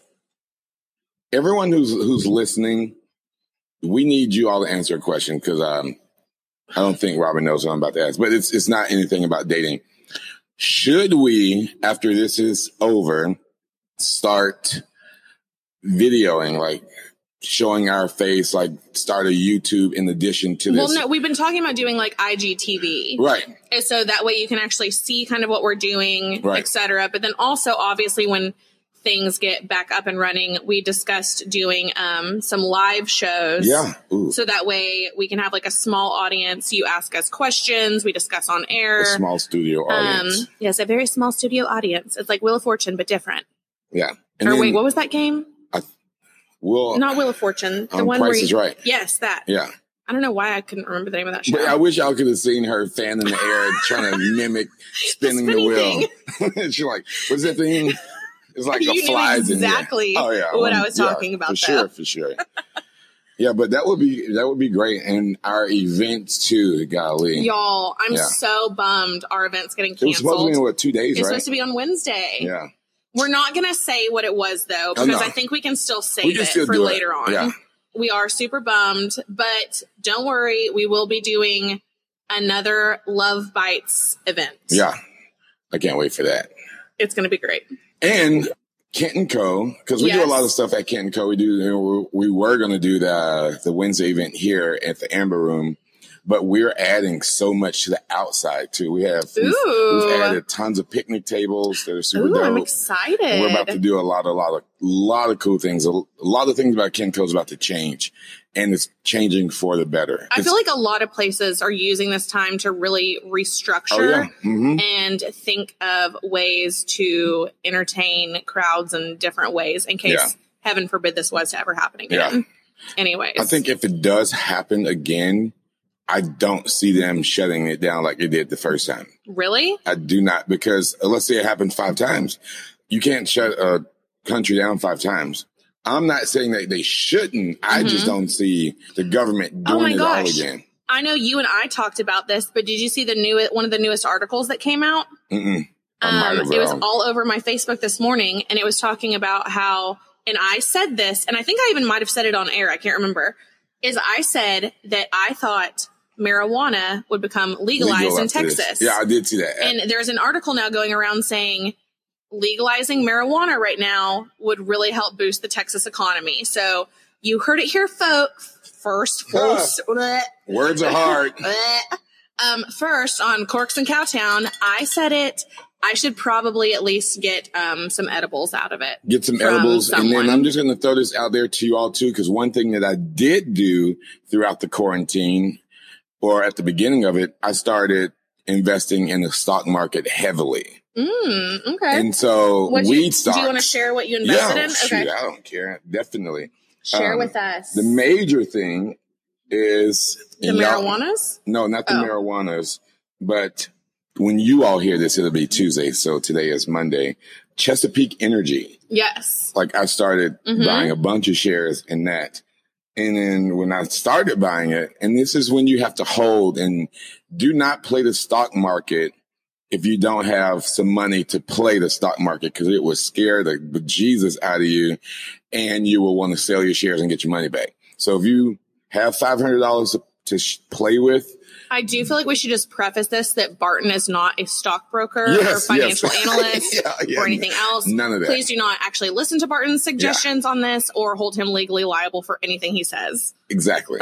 Speaker 2: everyone who's who's listening, we need you all to answer a question because um, I don't think Robin knows what I'm about to ask, but it's it's not anything about dating. Should we, after this is over, start videoing, like showing our face, like start a YouTube in addition to
Speaker 3: Well,
Speaker 2: this?
Speaker 3: no, we've been talking about doing like IGTV,
Speaker 2: Right.
Speaker 3: And so that way you can actually see kind of what we're doing,
Speaker 2: Right.
Speaker 3: et cetera. But then also, obviously, when things get back up and running, we discussed doing um, some live shows.
Speaker 2: Yeah. Ooh,
Speaker 3: So that way we can have like a small audience. You ask us questions, we discuss on air.
Speaker 2: a small studio
Speaker 3: um,
Speaker 2: audience.
Speaker 3: yes, a very small studio audience. It's like Wheel of Fortune, but different.
Speaker 2: yeah. And
Speaker 3: or
Speaker 2: then
Speaker 3: wait, what was that game?
Speaker 2: we'll,
Speaker 3: Not Wheel of Fortune. The
Speaker 2: um,
Speaker 3: one
Speaker 2: Price
Speaker 3: where you,
Speaker 2: is Right.
Speaker 3: Yes, that.
Speaker 2: yeah.
Speaker 3: I don't know why I couldn't remember the name of that show.
Speaker 2: But I wish y'all could have seen her fan in the air trying to mimic spinning the,
Speaker 3: spinning
Speaker 2: wheel. She's like, what's that thing? It's like
Speaker 3: You
Speaker 2: a
Speaker 3: knew
Speaker 2: flies in the air. Oh,
Speaker 3: exactly what I was talking about,
Speaker 2: For
Speaker 3: though.
Speaker 2: sure, for sure. yeah, but that would be that would be great. And our events too, golly.
Speaker 3: Y'all, I'm
Speaker 2: Yeah.
Speaker 3: so bummed our event's getting
Speaker 2: it was supposed to
Speaker 3: canceled.
Speaker 2: be in what two days,
Speaker 3: it's
Speaker 2: right?
Speaker 3: supposed to be on Wednesday.
Speaker 2: yeah.
Speaker 3: We're not going to say what it was, though,
Speaker 2: Oh,
Speaker 3: because
Speaker 2: no.
Speaker 3: I think we can still save
Speaker 2: We can
Speaker 3: it
Speaker 2: still
Speaker 3: for
Speaker 2: do it.
Speaker 3: later on.
Speaker 2: Yeah.
Speaker 3: We are super bummed, but don't worry. We will be doing another Love Bites event.
Speaker 2: Yeah. I can't wait for that.
Speaker 3: It's going to be great.
Speaker 2: And Kenton Co. Because we do a
Speaker 3: Yes.
Speaker 2: lot of stuff at Kenton Co. We do. We were going to do the the Wednesday event here at the Amber Room, but we're adding so much to the outside too. We have we've,
Speaker 3: Ooh.
Speaker 2: we've added tons of picnic tables that are super
Speaker 3: Ooh, I'm
Speaker 2: dope.
Speaker 3: excited.
Speaker 2: And We're about to do a lot, a lot of, lot of cool things. A, a lot of things about Kenton Co. is about to change, and it's changing for the better.
Speaker 3: I
Speaker 2: It's-
Speaker 3: feel like a lot of places are using this time to really restructure
Speaker 2: oh yeah, hmm
Speaker 3: and think of ways to entertain crowds in different ways in case
Speaker 2: Yeah.
Speaker 3: heaven forbid this was to ever happen again. Anyways.
Speaker 2: I think if it does happen again, I don't see them shutting it down like they did the first time.
Speaker 3: really?
Speaker 2: I do not because uh, let's say it happened five times, you can't shut a country down five times. I'm not saying that they shouldn't. I just don't see the government
Speaker 3: Mm-hmm. Oh
Speaker 2: doing
Speaker 3: my
Speaker 2: it
Speaker 3: gosh.
Speaker 2: all again.
Speaker 3: I know you and I talked about this, but did you see the new one of the newest articles that came out?
Speaker 2: Mm-mm. I might
Speaker 3: Um,
Speaker 2: have
Speaker 3: it was
Speaker 2: wrong.
Speaker 3: all over my Facebook this morning, and it was talking about how, and I said this, and I think I even might have said it on air. I can't remember. Is I said that I thought marijuana would become legalized
Speaker 2: Legal
Speaker 3: in
Speaker 2: after this.
Speaker 3: Texas.
Speaker 2: Yeah, I did see that.
Speaker 3: And there's an article now going around saying legalizing marijuana right now would really help boost the Texas economy. So you heard it here, folks. First, first, bleh,
Speaker 2: Words are hard.
Speaker 3: bleh. um, first on Corks and Cowtown, I said it. I should probably at least get um, some edibles out of it.
Speaker 2: Get some
Speaker 3: From
Speaker 2: edibles. And then
Speaker 3: someone.
Speaker 2: I'm just going to throw this out there to you all too, because one thing that I did do throughout the quarantine or at the beginning of it, I started investing in the stock market heavily.
Speaker 3: Mm, okay.
Speaker 2: And so
Speaker 3: What'd
Speaker 2: weed
Speaker 3: you,
Speaker 2: stocks.
Speaker 3: Do you want to share what you invested
Speaker 2: Yeah,
Speaker 3: in?
Speaker 2: shoot,
Speaker 3: Okay.
Speaker 2: I don't care. Definitely.
Speaker 3: Share
Speaker 2: Um,
Speaker 3: with us
Speaker 2: The major thing is
Speaker 3: the
Speaker 2: and y'all-
Speaker 3: marijuanas.
Speaker 2: No, not the
Speaker 3: Oh.
Speaker 2: marijuanas, but when you all hear this, it'll be Tuesday. So today is Monday. Chesapeake Energy.
Speaker 3: Yes.
Speaker 2: Like I started
Speaker 3: Mhm.
Speaker 2: buying a bunch of shares in that. And then when I started buying it, and this is when you have to hold and do not play the stock market if you don't have some money to play the stock market because it will scare the bejesus out of you and you will want to sell your shares and get your money back. So if you have $500 to, to sh- play with,
Speaker 3: I do feel like we should just preface this that Barton is not a stockbroker
Speaker 2: yes,
Speaker 3: or financial
Speaker 2: yes.
Speaker 3: analyst
Speaker 2: Yeah, yeah.
Speaker 3: or anything else.
Speaker 2: None of that.
Speaker 3: Please do not actually listen to Barton's suggestions on this or hold him legally liable for anything he says.
Speaker 2: Exactly.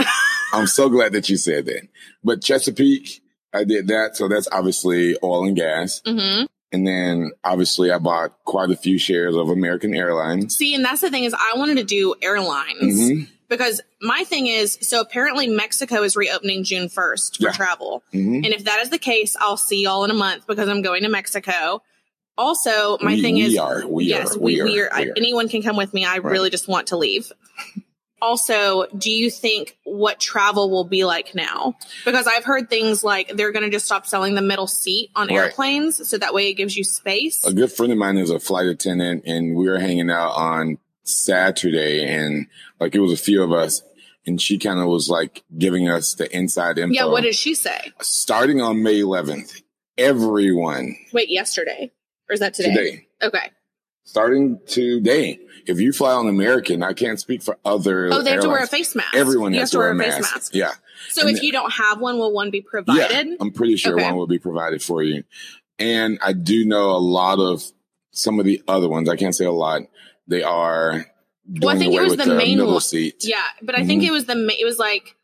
Speaker 2: I'm so glad that you said that. But Chesapeake, I did that. So that's obviously oil and gas.
Speaker 3: hmm
Speaker 2: And then obviously I bought quite a few shares of American Airlines.
Speaker 3: See, and that's the thing is I wanted to do airlines
Speaker 2: Mhm.
Speaker 3: because my thing is so apparently Mexico is reopening June 1st for
Speaker 2: Yeah.
Speaker 3: travel.
Speaker 2: Mhm.
Speaker 3: And if that is the case, I'll see y'all in a month because I'm going to Mexico. Also, my
Speaker 2: We-
Speaker 3: thing
Speaker 2: we
Speaker 3: is
Speaker 2: are, we
Speaker 3: yes,
Speaker 2: are,
Speaker 3: we,
Speaker 2: we are,
Speaker 3: we are,
Speaker 2: we are.
Speaker 3: anyone can come with me. I really just want to leave. also, do you think what travel will be like now? Because I've heard things like they're going to just stop selling the middle seat on
Speaker 2: Right.
Speaker 3: airplanes, so that way it gives you space.
Speaker 2: A good friend of mine is a flight attendant, and we were hanging out on Saturday, and like it was a few of us, and she kind of was like giving us the inside info.
Speaker 3: Yeah, what did she say?
Speaker 2: starting on May 11th? Everyone
Speaker 3: Wait, yesterday or is that today?
Speaker 2: today.
Speaker 3: Okay.
Speaker 2: starting today. If you fly on American, I can't speak for other.
Speaker 3: Oh, they have to wear a
Speaker 2: airlines.
Speaker 3: face mask.
Speaker 2: Everyone
Speaker 3: You
Speaker 2: has to wear a mask. Yeah,
Speaker 3: So
Speaker 2: And
Speaker 3: if you don't have one, will one be provided?
Speaker 2: yeah. I'm pretty sure
Speaker 3: Okay.
Speaker 2: one will be provided for you, and I do know a lot of some of the other ones. I can't say a lot. They are doing
Speaker 3: Well, I think it
Speaker 2: away
Speaker 3: was
Speaker 2: with
Speaker 3: the main
Speaker 2: middle
Speaker 3: one.
Speaker 2: seat.
Speaker 3: Yeah, but I
Speaker 2: Mm-hmm.
Speaker 3: think it was the ma- it was like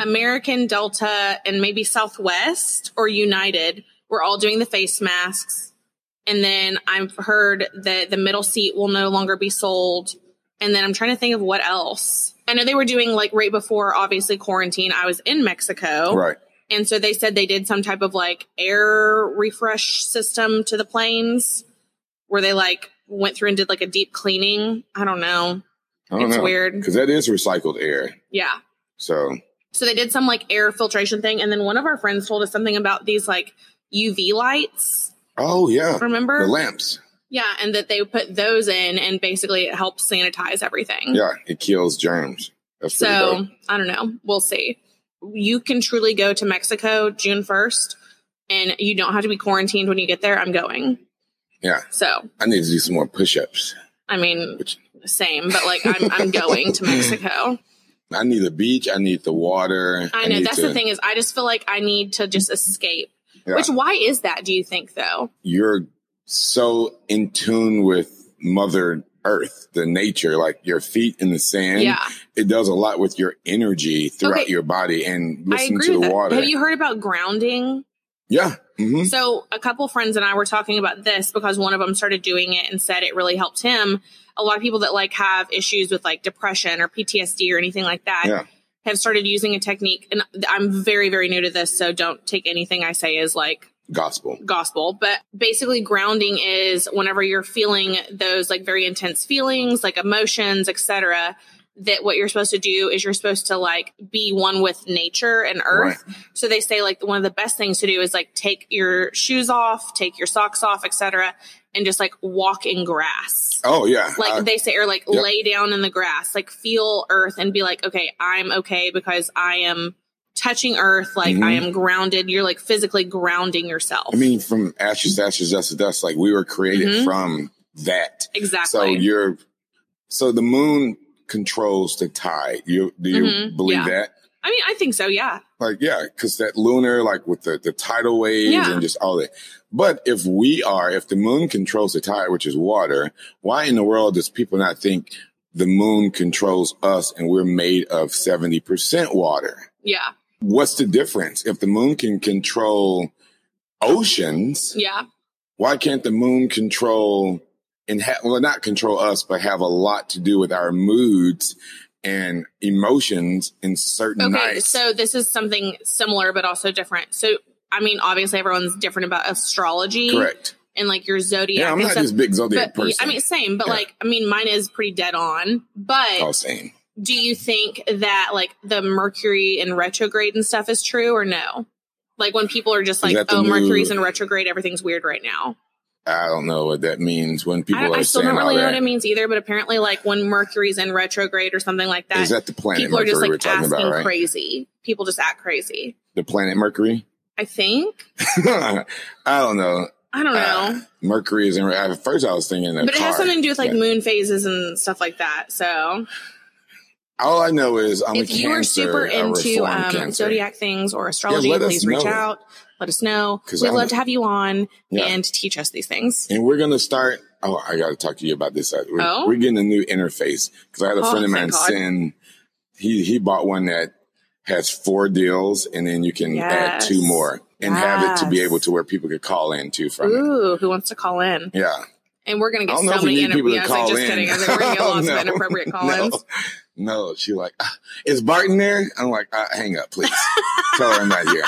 Speaker 3: American, Delta, and maybe Southwest or United were all doing the face masks. And then I've heard that the middle seat will no longer be sold. And then I'm trying to think of what else. I know they were doing like right before obviously quarantine. I was in Mexico.
Speaker 2: Right.
Speaker 3: And so they said they did some type of like air refresh system to the planes where they like went through and did like a deep cleaning. I don't know.
Speaker 2: I don't
Speaker 3: It's
Speaker 2: know.
Speaker 3: weird.
Speaker 2: because that is recycled air.
Speaker 3: Yeah.
Speaker 2: So
Speaker 3: So they did some like air filtration thing. And then one of our friends told us something about these like UV lights.
Speaker 2: oh yeah,
Speaker 3: Remember?
Speaker 2: the lamps.
Speaker 3: yeah. And that they put those in and basically it helps sanitize everything.
Speaker 2: Yeah, it kills germs. That's pretty
Speaker 3: So
Speaker 2: dope.
Speaker 3: I don't know. We'll see. You can truly go to Mexico June 1st and you don't have to be quarantined when you get there. I'm going.
Speaker 2: yeah,
Speaker 3: So,
Speaker 2: I need to do some more push-ups.
Speaker 3: I mean, same, but like I'm, I'm going to Mexico.
Speaker 2: I need the beach. I need the water.
Speaker 3: I know
Speaker 2: need
Speaker 3: that's
Speaker 2: to-
Speaker 3: the thing is I just feel like I need to just escape.
Speaker 2: Yeah.
Speaker 3: Which why is that? Do you think though?
Speaker 2: You're so in tune with Mother Earth, the nature, like your feet in the sand.
Speaker 3: Yeah.
Speaker 2: It does a lot with your energy throughout
Speaker 3: Okay.
Speaker 2: your body and
Speaker 3: I
Speaker 2: listen
Speaker 3: agree
Speaker 2: to
Speaker 3: with
Speaker 2: the
Speaker 3: that.
Speaker 2: water.
Speaker 3: Have you heard about grounding?
Speaker 2: yeah. hmm
Speaker 3: So a couple friends and I were talking about this because one of them started doing it and said it really helped him. A lot of people that like have issues with like depression or PTSD or anything like that
Speaker 2: Yeah.
Speaker 3: have started using a technique and I'm very very new to this so don't take anything I say as like
Speaker 2: Gospel.
Speaker 3: gospel, but basically grounding is whenever you're feeling those like very intense feelings, like emotions, etc., that what you're supposed to do is you're supposed to like be one with nature and earth. So they say like one of the best things to do is like take your shoes off, take your socks off, etc., and just like walk in grass.
Speaker 2: Oh yeah.
Speaker 3: Like
Speaker 2: I-
Speaker 3: they say, or like
Speaker 2: yep.
Speaker 3: lay down in the grass, like feel earth and be like, okay, I'm okay because I am touching earth, like I am grounded. You're like physically grounding yourself.
Speaker 2: Mm-hmm. I mean, from ashes to ashes, dust to dust. Like we were created from that. So
Speaker 3: Mm-hmm. Exactly.
Speaker 2: you're. So the moon controls the tide. You do you
Speaker 3: Mhm.
Speaker 2: believe
Speaker 3: Yeah.
Speaker 2: that?
Speaker 3: I mean, I think so. Yeah.
Speaker 2: Like, yeah, because that lunar, like with the, the tidal waves
Speaker 3: Yeah.
Speaker 2: and just all that. But if we are, if the moon controls the tide, which is water, why in the world does people not think the moon controls us and we're made of 70% water?
Speaker 3: Yeah.
Speaker 2: What's the difference? If the moon can control oceans,
Speaker 3: Yeah.
Speaker 2: why can't the moon control and ha- well not control us but have a lot to do with our moods and emotions in certain
Speaker 3: Okay.
Speaker 2: nights
Speaker 3: So this is something similar, but also different. So, I mean, obviously everyone's different about astrology
Speaker 2: correct
Speaker 3: and like your zodiac.
Speaker 2: yeah, i'm
Speaker 3: and
Speaker 2: not
Speaker 3: stuff,
Speaker 2: this big zodiac
Speaker 3: but,
Speaker 2: person
Speaker 3: I mean, same, but
Speaker 2: Yeah.
Speaker 3: like, I mean, mine is pretty dead on. But
Speaker 2: all same
Speaker 3: do you think that like the Mercury in retrograde and stuff is true or no? Like when people are just like,
Speaker 2: that the
Speaker 3: oh,
Speaker 2: new-
Speaker 3: Mercury's in retrograde, everything's weird right now.
Speaker 2: i don't know what that means when people
Speaker 3: I, don't-
Speaker 2: are
Speaker 3: I still
Speaker 2: saying
Speaker 3: don't really
Speaker 2: all
Speaker 3: know
Speaker 2: that.
Speaker 3: what it means either, but apparently, like when Mercury's in retrograde or something like that,
Speaker 2: is that the planet
Speaker 3: people are
Speaker 2: mercury
Speaker 3: just
Speaker 2: we're
Speaker 3: like
Speaker 2: talking
Speaker 3: asking
Speaker 2: about right
Speaker 3: crazy. People just act crazy.
Speaker 2: the planet mercury
Speaker 3: I think.
Speaker 2: i don't know
Speaker 3: I don't
Speaker 2: Uh,
Speaker 3: know.
Speaker 2: mercury is in at first i was thinking a
Speaker 3: but it has
Speaker 2: car.
Speaker 3: something to do with like
Speaker 2: Yeah.
Speaker 3: moon phases and stuff like that. So
Speaker 2: all i know is i'm
Speaker 3: if
Speaker 2: a
Speaker 3: you are
Speaker 2: cancer,
Speaker 3: super
Speaker 2: a
Speaker 3: into
Speaker 2: reformed
Speaker 3: um,
Speaker 2: cancer.
Speaker 3: zodiac things or astrology,
Speaker 2: let us
Speaker 3: please reach
Speaker 2: know.
Speaker 3: out. Let us know.
Speaker 2: 'Cause
Speaker 3: We'd
Speaker 2: I'm-
Speaker 3: love to have you on
Speaker 2: Yeah.
Speaker 3: and teach us these things.
Speaker 2: And we're gonna start. Oh, I gotta talk to you about this. Uh, We're,
Speaker 3: Oh?
Speaker 2: we're getting a new interface because I had a
Speaker 3: Oh,
Speaker 2: friend of
Speaker 3: thank
Speaker 2: mine
Speaker 3: God.
Speaker 2: send. He he bought one that has four deals, and then you can add two
Speaker 3: Yes.
Speaker 2: more and have it to be
Speaker 3: Yes.
Speaker 2: able to where people could call in too from it.
Speaker 3: Ooh, who wants to call in?
Speaker 2: Yeah,
Speaker 3: And we're gonna
Speaker 2: I
Speaker 3: get
Speaker 2: don't know
Speaker 3: so
Speaker 2: if we
Speaker 3: many
Speaker 2: need people to
Speaker 3: interviews. I
Speaker 2: call
Speaker 3: was like, just
Speaker 2: in.
Speaker 3: kidding. I was like, we're gonna get lots
Speaker 2: No.
Speaker 3: of inappropriate call-ins.
Speaker 2: No, she like, "Ah, is Barton there? I'm like, uh, hang up, please. Tell her I'm not here.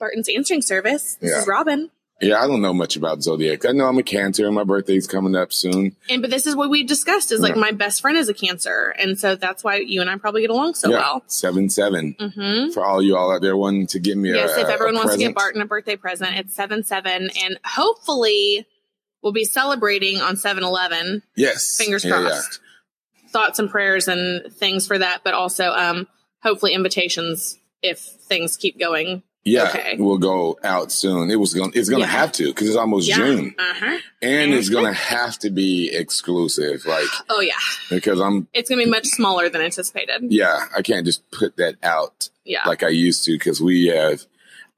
Speaker 3: Barton's answering service. This
Speaker 2: Yeah.
Speaker 3: is Robin.
Speaker 2: Yeah, I don't know much about zodiac. I know I'm a Cancer, and my birthday's coming up soon.
Speaker 3: And but this is what we discussed is like my best friend is a Cancer, and so that's why you and I probably get along so
Speaker 2: yeah,
Speaker 3: well.
Speaker 2: seven seven
Speaker 3: Mm-hmm.
Speaker 2: for all you all out there wanting to get me.
Speaker 3: Yes,
Speaker 2: a,
Speaker 3: if everyone
Speaker 2: a
Speaker 3: wants to get
Speaker 2: present.
Speaker 3: Barton a birthday present, it's 7 7. And hopefully, we'll be celebrating on 7 Eleven.
Speaker 2: yes,
Speaker 3: Fingers
Speaker 2: Yeah, yeah.
Speaker 3: crossed. Thoughts and prayers and things for that, but also um, hopefully invitations if things keep going.
Speaker 2: Yeah,
Speaker 3: Okay.
Speaker 2: we'll go out soon. It was going. to It's going
Speaker 3: Yeah.
Speaker 2: to have to because it's almost
Speaker 3: Yeah.
Speaker 2: June,
Speaker 3: Uh huh.
Speaker 2: and it's
Speaker 3: Mhm.
Speaker 2: going to have to be exclusive. Like
Speaker 3: Oh, yeah.
Speaker 2: because I'm.
Speaker 3: It's going to be much smaller than anticipated.
Speaker 2: Yeah, I can't just put that out
Speaker 3: Yeah.
Speaker 2: like I used to because we have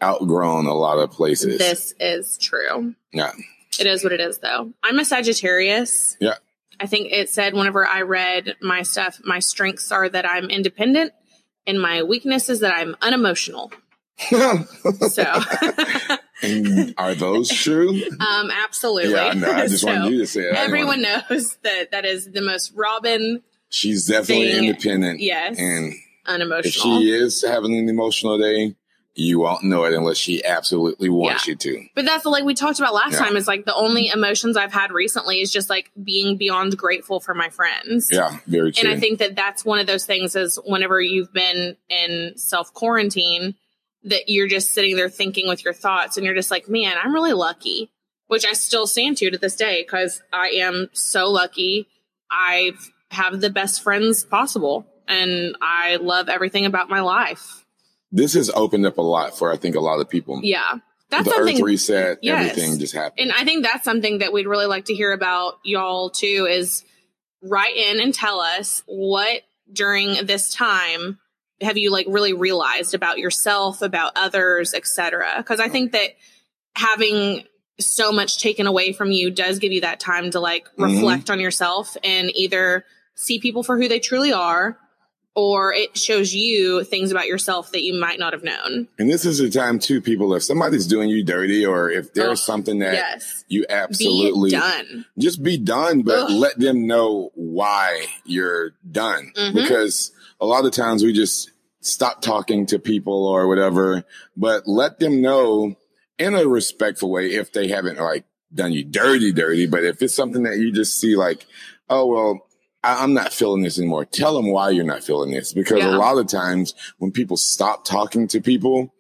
Speaker 2: outgrown a lot of places.
Speaker 3: this is true.
Speaker 2: Yeah.
Speaker 3: It is what it is, though. I'm a Sagittarius.
Speaker 2: Yeah.
Speaker 3: I think it said whenever I read my stuff, my strengths are that I'm independent and my weakness is that I'm unemotional. So,
Speaker 2: and are those true?
Speaker 3: um, absolutely.
Speaker 2: Yeah, I know. I just
Speaker 3: So,
Speaker 2: wanted you to say it. I didn't
Speaker 3: Everyone
Speaker 2: wanna-
Speaker 3: knows that that is the most Robin
Speaker 2: she's definitely
Speaker 3: Thing.
Speaker 2: independent.
Speaker 3: Yes.
Speaker 2: and if
Speaker 3: unemotional.
Speaker 2: she is having an emotional day, you won't know it unless she absolutely wants
Speaker 3: Yeah.
Speaker 2: you to.
Speaker 3: But that's like we talked about last
Speaker 2: Yeah.
Speaker 3: time is like the only emotions I've had recently is just like being beyond grateful for my friends.
Speaker 2: Yeah, very true.
Speaker 3: And I think that that's one of those things is whenever you've been in self quarantine, that you're just sitting there thinking with your thoughts and you're just like, man, I'm really lucky, which I still stand to to this day because I am so lucky. I have the best friends possible and I love everything about my life.
Speaker 2: this has opened up a lot for I think a lot of people.
Speaker 3: Yeah. That's
Speaker 2: the
Speaker 3: something.
Speaker 2: earth reset,
Speaker 3: Yes.
Speaker 2: everything just happened.
Speaker 3: And I think that's something that we'd really like to hear about y'all too is write in and tell us what during this time have you like really realized about yourself, about others, etc. Cuz I think that having so much taken away from you does give you that time to like
Speaker 2: Mhm.
Speaker 3: reflect on yourself and either see people for who they truly are or it shows you things about yourself that you might not have known.
Speaker 2: And this is the time too, people, if somebody's doing you dirty or if there's
Speaker 3: Ugh,
Speaker 2: something that
Speaker 3: yes.
Speaker 2: you absolutely
Speaker 3: Be done.
Speaker 2: just be done, but
Speaker 3: Ugh.
Speaker 2: let them know why you're done.
Speaker 3: Mhm.
Speaker 2: Because a lot of times we just stop talking to people or whatever, but let them know in a respectful way if they haven't like done you dirty, dirty. But if it's something that you just see like, oh, well, I- I'm not feeling this anymore. Tell them why you're not feeling this. Because
Speaker 3: Yeah.
Speaker 2: a lot of times when people stop talking to people,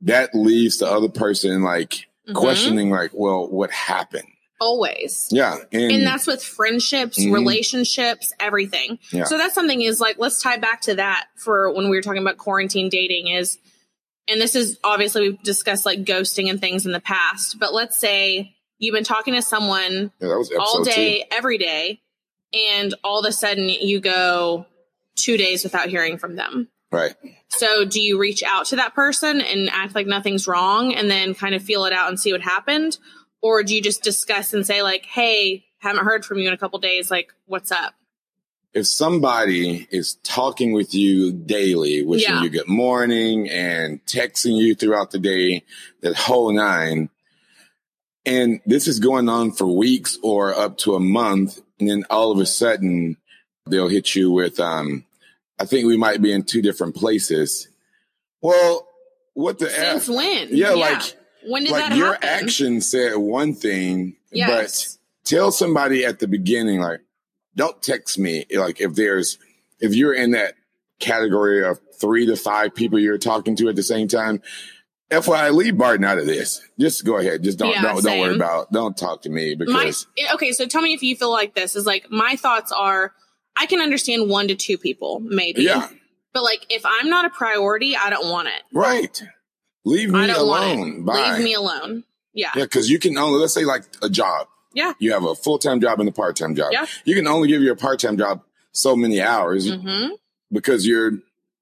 Speaker 2: that leaves the other person like
Speaker 3: Mhm.
Speaker 2: questioning, like, well, what happened?
Speaker 3: always
Speaker 2: Yeah. And,
Speaker 3: and that's with friendships
Speaker 2: Mhm.
Speaker 3: relationships everything
Speaker 2: Yeah.
Speaker 3: so that's something is like let's tie back to that for when we were talking about quarantine dating is and this is obviously we've discussed like ghosting and things in the past but let's say you've been talking to someone
Speaker 2: Yeah, that was episode
Speaker 3: all day every day and all of a sudden you go two days without hearing from them
Speaker 2: two. Right.
Speaker 3: so do you reach out to that person and act like nothing's wrong and then kind of feel it out and see what happened? Or do you just discuss and say like, hey, haven't heard from you in a couple days, like what's up?
Speaker 2: If somebody is talking with you daily, wishing
Speaker 3: Yeah.
Speaker 2: you good morning and texting you throughout the day, that whole nine, and this is going on for weeks or up to a month, and then all of a sudden they'll hit you with, um, I think we might be in two different places. Well, what the
Speaker 3: Since
Speaker 2: F?
Speaker 3: when?
Speaker 2: Yeah, like-
Speaker 3: when did
Speaker 2: Like
Speaker 3: that
Speaker 2: your
Speaker 3: happen?
Speaker 2: action said one thing, but
Speaker 3: yes.
Speaker 2: tell somebody at the beginning, like, don't text me. Like, if there's, if you're in that category of three to five people you're talking to at the same time, FYI, leave Barton out of this. Just go ahead. Just don't,
Speaker 3: Yeah,
Speaker 2: don't, don't worry
Speaker 3: same.
Speaker 2: about, don't talk to me
Speaker 3: my eh,
Speaker 2: because,
Speaker 3: okay so tell me if you feel like this is like my thoughts are i can understand one to two people maybe
Speaker 2: yeah,
Speaker 3: but like if i'm not a priority i don't want it
Speaker 2: right. Leave me
Speaker 3: i don't want
Speaker 2: alone.
Speaker 3: it
Speaker 2: Bye.
Speaker 3: leave me alone yeah
Speaker 2: yeah. Cause you can only, let's say like a job,
Speaker 3: yeah,
Speaker 2: you have a full time job and a part time job.
Speaker 3: Yeah.
Speaker 2: You can only give your part time job so many hours.
Speaker 3: hmm
Speaker 2: because your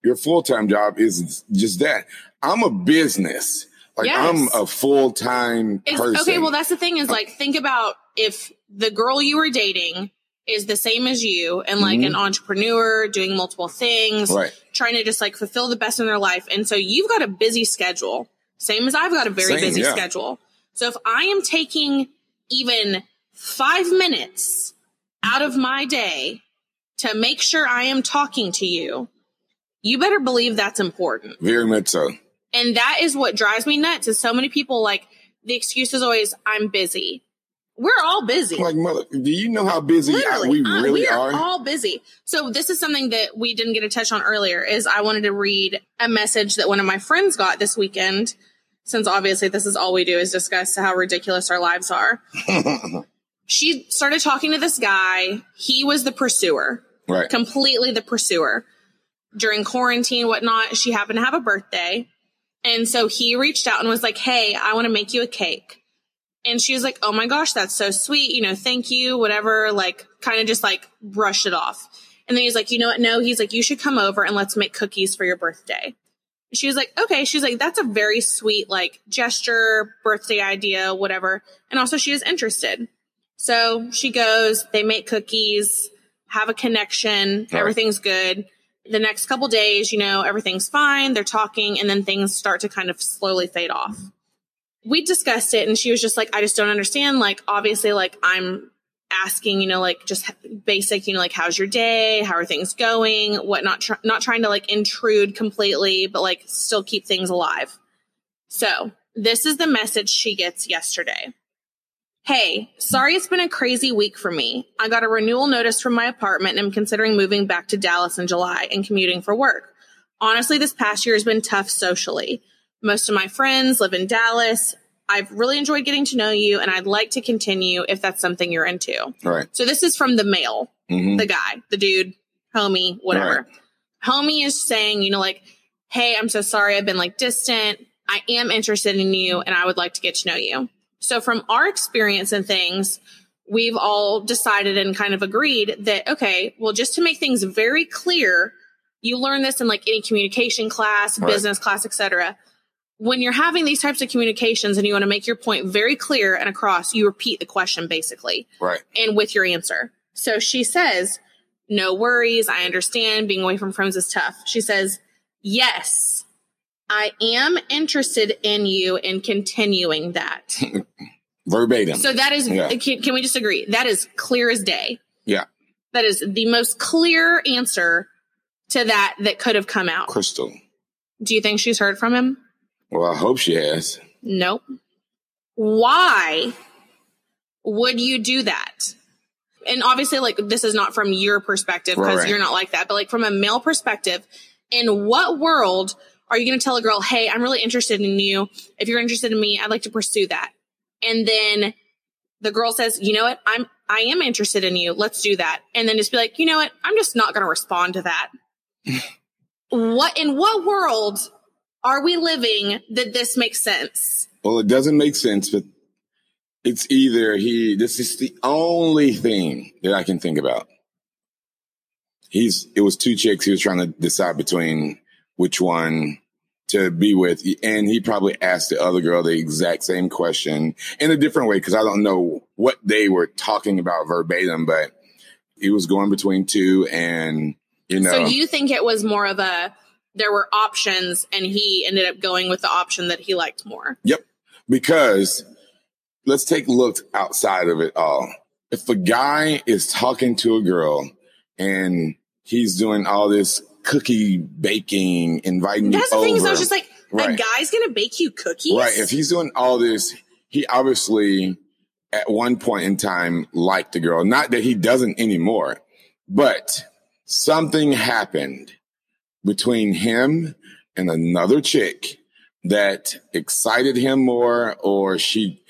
Speaker 2: your full time job is just that. I'm a business. Like
Speaker 3: Yes.
Speaker 2: I'm a full time
Speaker 3: It's,
Speaker 2: person.
Speaker 3: okay, well, that's the thing is like, think about if the girl you were dating is the same as you and like an entrepreneur doing multiple things,
Speaker 2: Mm-hmm. Right.
Speaker 3: trying to just like fulfill the best in their life. And so you've got a busy schedule, same as I've got a very
Speaker 2: Same,
Speaker 3: busy
Speaker 2: yeah.
Speaker 3: schedule. So if I am taking even five minutes out of my day to make sure I am talking to you, you better believe that's important
Speaker 2: very much so.
Speaker 3: and that is what drives me nuts is so many people like the excuse is always, I'm busy. We're all busy.
Speaker 2: Like mother, do you know how busy I, we
Speaker 3: Literally, uh,
Speaker 2: really
Speaker 3: we are,
Speaker 2: are?
Speaker 3: all busy. So this is something that we didn't get to touch on earlier. Is I wanted to read a message that one of my friends got this weekend. Since obviously this is all we do is discuss how ridiculous our lives are. she started talking to this guy. He was the pursuer,
Speaker 2: right.
Speaker 3: completely the pursuer. During quarantine, whatnot, she happened to have a birthday. And so he reached out and was like, Hey, I want to make you a cake. And she was like, Oh my gosh, that's so sweet. You know, thank you, whatever. Like, kind of just like brushed it off. And then he's like, You know what? No, he's like, You should come over and let's make cookies for your birthday. And she was like, Okay. She's like, That's a very sweet, like, gesture, birthday idea, whatever. And also, she was interested. So she goes, they make cookies, have a connection,
Speaker 2: Right.
Speaker 3: everything's good. The next couple days, you know, everything's fine. They're talking, and then things start to kind of slowly fade off. We discussed it, and she was just like, I just don't understand. Like, obviously, like, I'm asking, you know, like, just basic, you know, like, how's your day? How are things going? What not, tr- not trying to like intrude completely, but like, still keep things alive. So, this is the message she gets yesterday. Hey, sorry it's been a crazy week for me. I got a renewal notice from my apartment and am considering moving back to Dallas in July and commuting for work. Honestly, this past year has been tough socially. Most of my friends live in Dallas. I've really enjoyed getting to know you and I'd like to continue if that's something you're into.
Speaker 2: Right.
Speaker 3: So this is from the male
Speaker 2: hmm
Speaker 3: the guy, the dude, homie, whatever. Homie is saying, you know, like, hey, I'm so sorry I've been like distant. I am interested in you and I would like to get to know you. So, from our experience and things, we've all decided and kind of agreed that, okay, well, just to make things very clear, you learn this in like any communication class,
Speaker 2: Right.
Speaker 3: business class, etc. When you're having these types of communications and you want to make your point very clear and across, you repeat the question basically
Speaker 2: Right.
Speaker 3: and with your answer. So she says, No worries. I understand being away from friends is tough. She says, Yes, I am interested in you and continuing that.
Speaker 2: Verbatim.
Speaker 3: So that is, uh,
Speaker 2: Yeah.
Speaker 3: can, can we just agree? That is clear as day.
Speaker 2: yeah.
Speaker 3: That is the most clear answer to that that could have come out.
Speaker 2: Crystal.
Speaker 3: Do you think she's heard from him?
Speaker 2: Well, I hope she has.
Speaker 3: Nope. Why would you do that? And obviously, like, this is not from your perspective because
Speaker 2: Right, right.
Speaker 3: you're not like that, but like from a male perspective, in what world are you going to tell a girl, hey, I'm really interested in you. If you're interested in me, I'd like to pursue that. And then the girl says, you know what? I'm, I am interested in you. Let's do that. And then just be like, you know what? I'm just not going to respond to that. what, in what world are we living that this makes sense?
Speaker 2: Well, it doesn't make sense, but it's either he, this is the only thing that I can think about. He's, it was two chicks he was trying to decide between which one to be with. And he probably asked the other girl the exact same question in a different way. Cause I don't know what they were talking about verbatim, but he was going between two and, you know,
Speaker 3: So you think it was more of a there were options and he ended up going with the option that he liked more.
Speaker 2: Yep. Because let's take a look outside of it all. If a guy is talking to a girl and he's doing all this cookie baking, inviting
Speaker 3: That's
Speaker 2: you
Speaker 3: the thing is I
Speaker 2: over,
Speaker 3: was just like a
Speaker 2: Right.
Speaker 3: guy's gonna bake you cookies.
Speaker 2: right? If he's doing all this, he obviously at one point in time liked the girl. Not that he doesn't anymore, but something happened between him and another chick that excited him more or she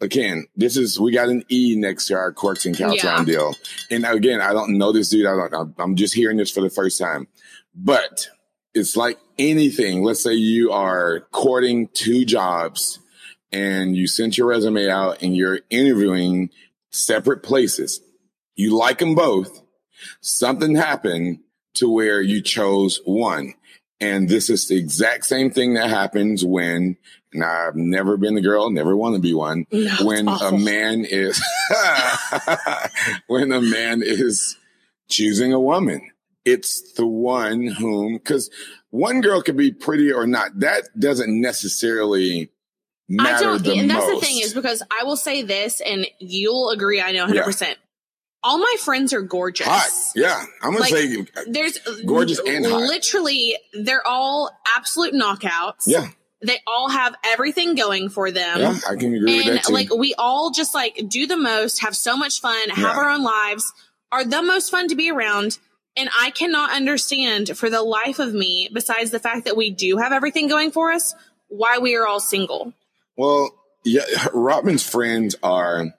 Speaker 2: again this is we got an e next to our quartz and cowtown
Speaker 3: Yeah.
Speaker 2: deal and again i don't know this dude i don't I'm- i'm just hearing this for the first time but it's like anything let's say you are courting two jobs and you sent your resume out and you're interviewing separate places you like them both something happened to where you chose one. And this is the exact same thing that happens when, and I've never been a girl, never want to be one,
Speaker 3: No, it's
Speaker 2: when a
Speaker 3: awful.
Speaker 2: man is, when a man is choosing a woman. It's the one whom, cause one girl could be pretty or not. That doesn't necessarily
Speaker 3: I
Speaker 2: matter
Speaker 3: don't
Speaker 2: the
Speaker 3: and that's
Speaker 2: most.
Speaker 3: the thing is because I will say this and you'll agree I know hundred percent. All my friends are gorgeous.
Speaker 2: hot. Yeah. I'm going
Speaker 3: Like,
Speaker 2: to say,
Speaker 3: There's
Speaker 2: Gorgeous and hot.
Speaker 3: literally they're all absolute knockouts.
Speaker 2: yeah.
Speaker 3: They all have everything going for them.
Speaker 2: Yeah, I can agree with
Speaker 3: Um, and
Speaker 2: that too.
Speaker 3: like we all just like do the most, have so much fun, have
Speaker 2: Yeah.
Speaker 3: our own lives, are the most fun to be around. And I cannot understand for the life of me, besides the fact that we do have everything going for us, why we are all single.
Speaker 2: Well, yeah, Robin's friends are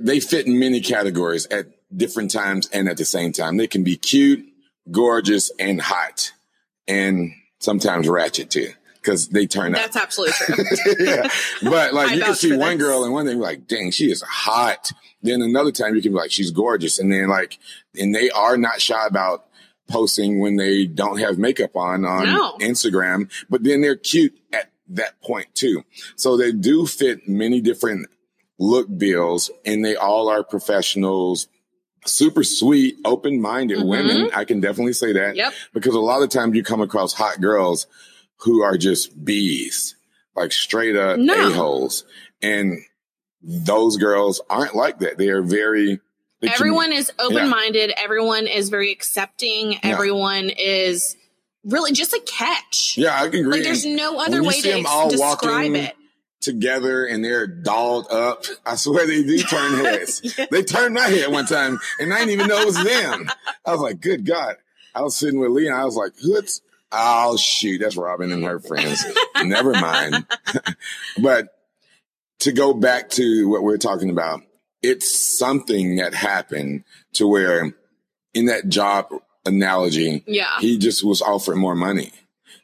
Speaker 2: they fit in many categories at different times and at the same time. They can be cute, gorgeous, and hot, and sometimes ratchet too, because they turn up.
Speaker 3: That's absolutely true.
Speaker 2: yeah. But like
Speaker 3: I
Speaker 2: you can
Speaker 3: vouch
Speaker 2: see
Speaker 3: for
Speaker 2: one
Speaker 3: this.
Speaker 2: girl and one thing like, dang, she is hot. Then another time you can be like, she's gorgeous. And then like, and they are not shy about posting when they don't have makeup on on
Speaker 3: No.
Speaker 2: Instagram, but then they're cute at that point too. So they do fit many different look bills and they all are professionals, super sweet, open minded women. I can definitely say that
Speaker 3: Mm-hmm. Yep.
Speaker 2: because a lot of times you come across hot girls who are just bees, like straight up
Speaker 3: No.
Speaker 2: a-holes. And those girls aren't like that. They are very, they can-
Speaker 3: everyone is open minded. Everyone is very accepting. Everyone is really just a catch.
Speaker 2: yeah, I can agree.
Speaker 3: Like there's
Speaker 2: And
Speaker 3: no other
Speaker 2: when you
Speaker 3: way
Speaker 2: see
Speaker 3: to
Speaker 2: 'em
Speaker 3: ex-
Speaker 2: all
Speaker 3: describe
Speaker 2: walking
Speaker 3: it.
Speaker 2: together and they're dolled up. I swear they do turn heads. They turned my head one time and I didn't even know it was them. I was like, good God. I was sitting with Lee and I was like, who's, oh shoot, that's Robin and her friends. Never mind. but to go back to what we're talking about, it's something that happened to where in that job analogy,
Speaker 3: Yeah.
Speaker 2: he just was offered more money.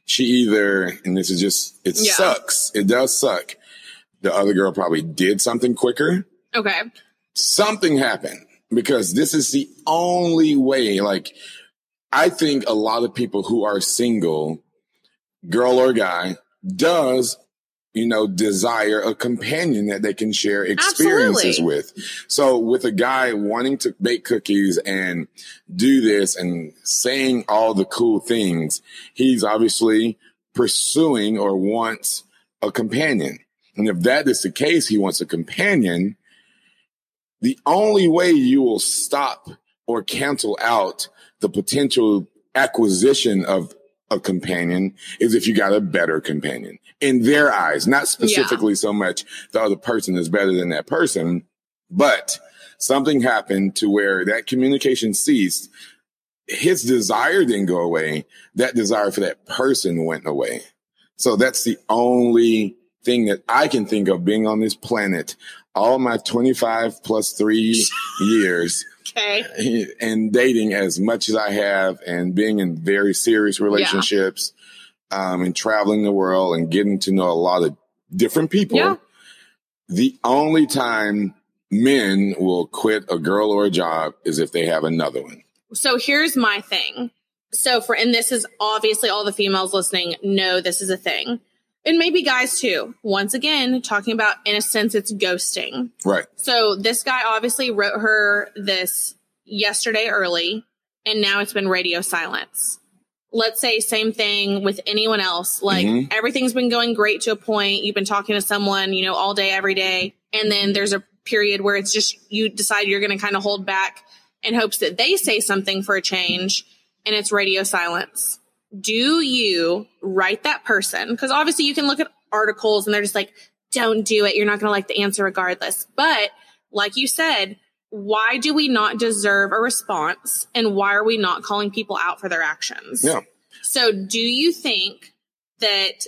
Speaker 2: She either, and this is just, it
Speaker 3: Yeah.
Speaker 2: sucks. It does suck. The other girl probably did something quicker.
Speaker 3: Okay.
Speaker 2: Something happened because this is the only way. Like, I think a lot of people who are single, girl or guy, does, you know, desire a companion that they can share experiences
Speaker 3: Absolutely.
Speaker 2: with. So with a guy wanting to bake cookies and do this and saying all the cool things, he's obviously pursuing or wants a companion. And if that is the case, he wants a companion. The only way you will stop or cancel out the potential acquisition of a companion is if you got a better companion in their eyes, not specifically so much the other person is better than that person, but something happened to where that communication ceased. His desire didn't go away. That desire for that person went away. So that's the only thing that I can think of being on this planet all my 25 plus three years
Speaker 3: Okay.
Speaker 2: and dating as much as I have and being in very serious relationships um, and traveling the world and getting to know a lot of different people.
Speaker 3: Yeah.
Speaker 2: The only time men will quit a girl or a job is if they have another one.
Speaker 3: So here's my thing. So for and this is obviously all the females listening know this is a thing. And maybe guys too. Once again, talking about in a sense it's ghosting.
Speaker 2: Right.
Speaker 3: So this guy obviously wrote her this yesterday early, and now it's been radio silence. Let's say same thing with anyone else. Like
Speaker 2: Mhm.
Speaker 3: everything's been going great to a point. You've been talking to someone, you know, all day, every day. And then there's a period where it's just you decide you're going to kind of hold back in hopes that they say something for a change, and it's radio silence do you write that person? Because obviously you can look at articles and they're just like, don't do it. You're not going to like the answer regardless. But like you said, why do we not deserve a response? And why are we not calling people out for their actions?
Speaker 2: Yeah.
Speaker 3: So do you think that,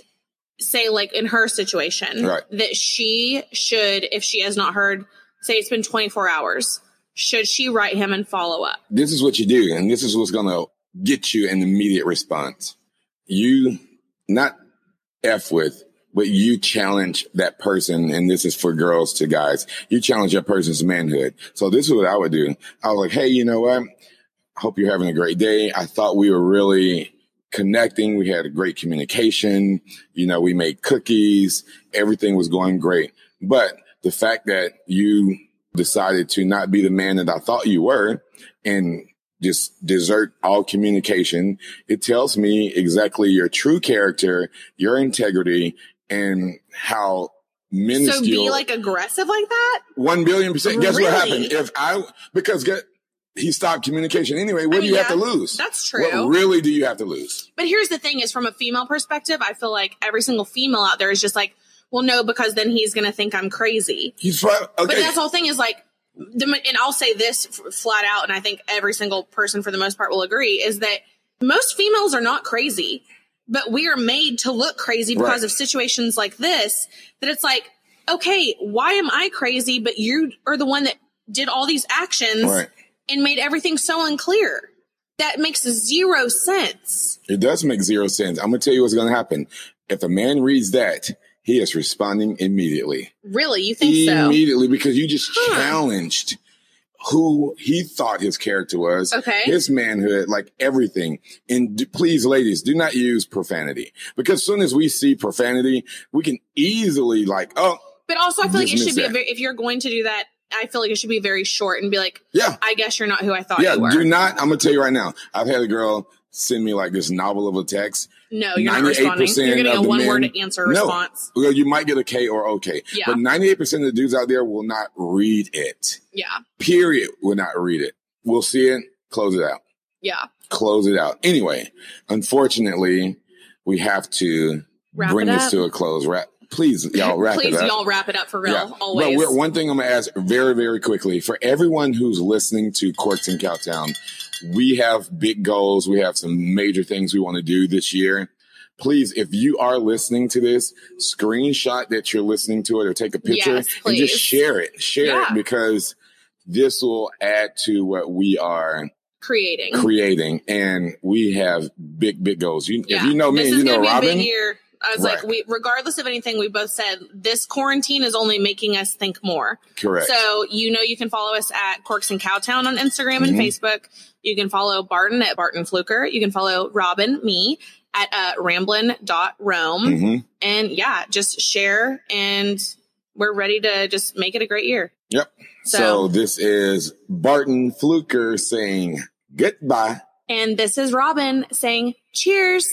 Speaker 3: say, like in her situation,
Speaker 2: Right.
Speaker 3: that she should, if she has not heard, say it's been 24 hours, should she write him and follow up?
Speaker 2: This is what you do, and this is what's going to get you an immediate response. You not F with, but you challenge that person, and this is for girls to guys. You challenge that person's manhood. So this is what I would do. I was like, hey, you know what? Hope you're having a great day. I thought we were really connecting. We had a great communication. You know, we made cookies. Everything was going great. But the fact that you decided to not be the man that I thought you were and just desert all communication, it tells me exactly your true character, your integrity, and how minuscule
Speaker 3: So be like aggressive like that?
Speaker 2: one billion percent. Guess what
Speaker 3: Really?
Speaker 2: happened? If I because get he stopped communication anyway. What
Speaker 3: I
Speaker 2: do
Speaker 3: mean,
Speaker 2: you have to
Speaker 3: yeah,
Speaker 2: lose?
Speaker 3: that's
Speaker 2: What
Speaker 3: true.
Speaker 2: really do you have to lose?
Speaker 3: But here's the thing is from a female perspective, I feel like every single female out there is just like, well, no, because then he's going to think I'm crazy.
Speaker 2: He's right.
Speaker 3: But
Speaker 2: Okay.
Speaker 3: that's the whole thing is like, the, mo- and I'll say this f- flat out, and I think every single person for the most part will agree is that most females are not crazy, but we are made to look crazy because
Speaker 2: Right.
Speaker 3: of situations like this that it's like, okay, why am I crazy? But you are the one that did all these actions
Speaker 2: Right.
Speaker 3: and made everything so unclear. That makes zero sense.
Speaker 2: It does make zero sense. I'm going to tell you what's going to happen. If a man reads that, he is responding immediately.
Speaker 3: Really, you think so?
Speaker 2: Immediately, because you just challenged who he thought his character was,
Speaker 3: Okay.
Speaker 2: his manhood, like everything. And d- please, ladies, do not use profanity because soon as we see profanity, we can easily like, oh,
Speaker 3: But also, I feel like it
Speaker 2: Dismiss
Speaker 3: should be a
Speaker 2: that.
Speaker 3: very, if you're going to do that, I feel like it should be very short and be like,
Speaker 2: yeah,
Speaker 3: I guess you're not who I thought
Speaker 2: yeah.
Speaker 3: you were.
Speaker 2: Do not. I'm going to tell you right now. I've had a girl send me like this novel of a text
Speaker 3: no, you're not responding.
Speaker 2: 98%
Speaker 3: You're getting
Speaker 2: of
Speaker 3: a
Speaker 2: the
Speaker 3: one word
Speaker 2: men-
Speaker 3: answer
Speaker 2: No.
Speaker 3: response.
Speaker 2: Well, you might get a K or okay,
Speaker 3: Yeah.
Speaker 2: but 98% of the dudes out there will not read it.
Speaker 3: Yeah,
Speaker 2: Period. Will not read it. We'll see it. Close it out.
Speaker 3: yeah.
Speaker 2: Close it out. Anyway, unfortunately, we have to
Speaker 3: Wrap
Speaker 2: bring
Speaker 3: it
Speaker 2: this
Speaker 3: up.
Speaker 2: to a close. Wrap, please, y'all, wrap
Speaker 3: Please,
Speaker 2: it up.
Speaker 3: y'all wrap it up for real.
Speaker 2: Yeah.
Speaker 3: Always.
Speaker 2: But we- one thing I'm going to ask very, very quickly for everyone who's listening to Courts in Cowtown, we have big goals. We have some major things we want to do this year. Please, if you are listening to this, screenshot that you're listening to it or take a picture
Speaker 3: Yes,
Speaker 2: and
Speaker 3: please.
Speaker 2: just share it. Share
Speaker 3: Yeah.
Speaker 2: it because this will add to what we are
Speaker 3: Creating.
Speaker 2: creating. And we have big, big goals. You,
Speaker 3: yeah.
Speaker 2: If you know me
Speaker 3: this
Speaker 2: and
Speaker 3: is
Speaker 2: you know
Speaker 3: gonna be a
Speaker 2: Robin,
Speaker 3: big year. I was like,
Speaker 2: Right.
Speaker 3: we, regardless of anything, we both said this quarantine is only making us think more.
Speaker 2: correct.
Speaker 3: So you know you can follow us at Corks and Cowtown on Instagram
Speaker 2: Mm-hmm.
Speaker 3: and Facebook. You can follow Barton at Barton Fluker. You can follow Robin, me at uh, ramblin.rome.
Speaker 2: Mhm.
Speaker 3: And yeah, just share and we're ready to just make it a great year.
Speaker 2: Yep.
Speaker 3: So-
Speaker 2: So, this is Barton Fluker saying goodbye.
Speaker 3: And this is Robin saying cheers.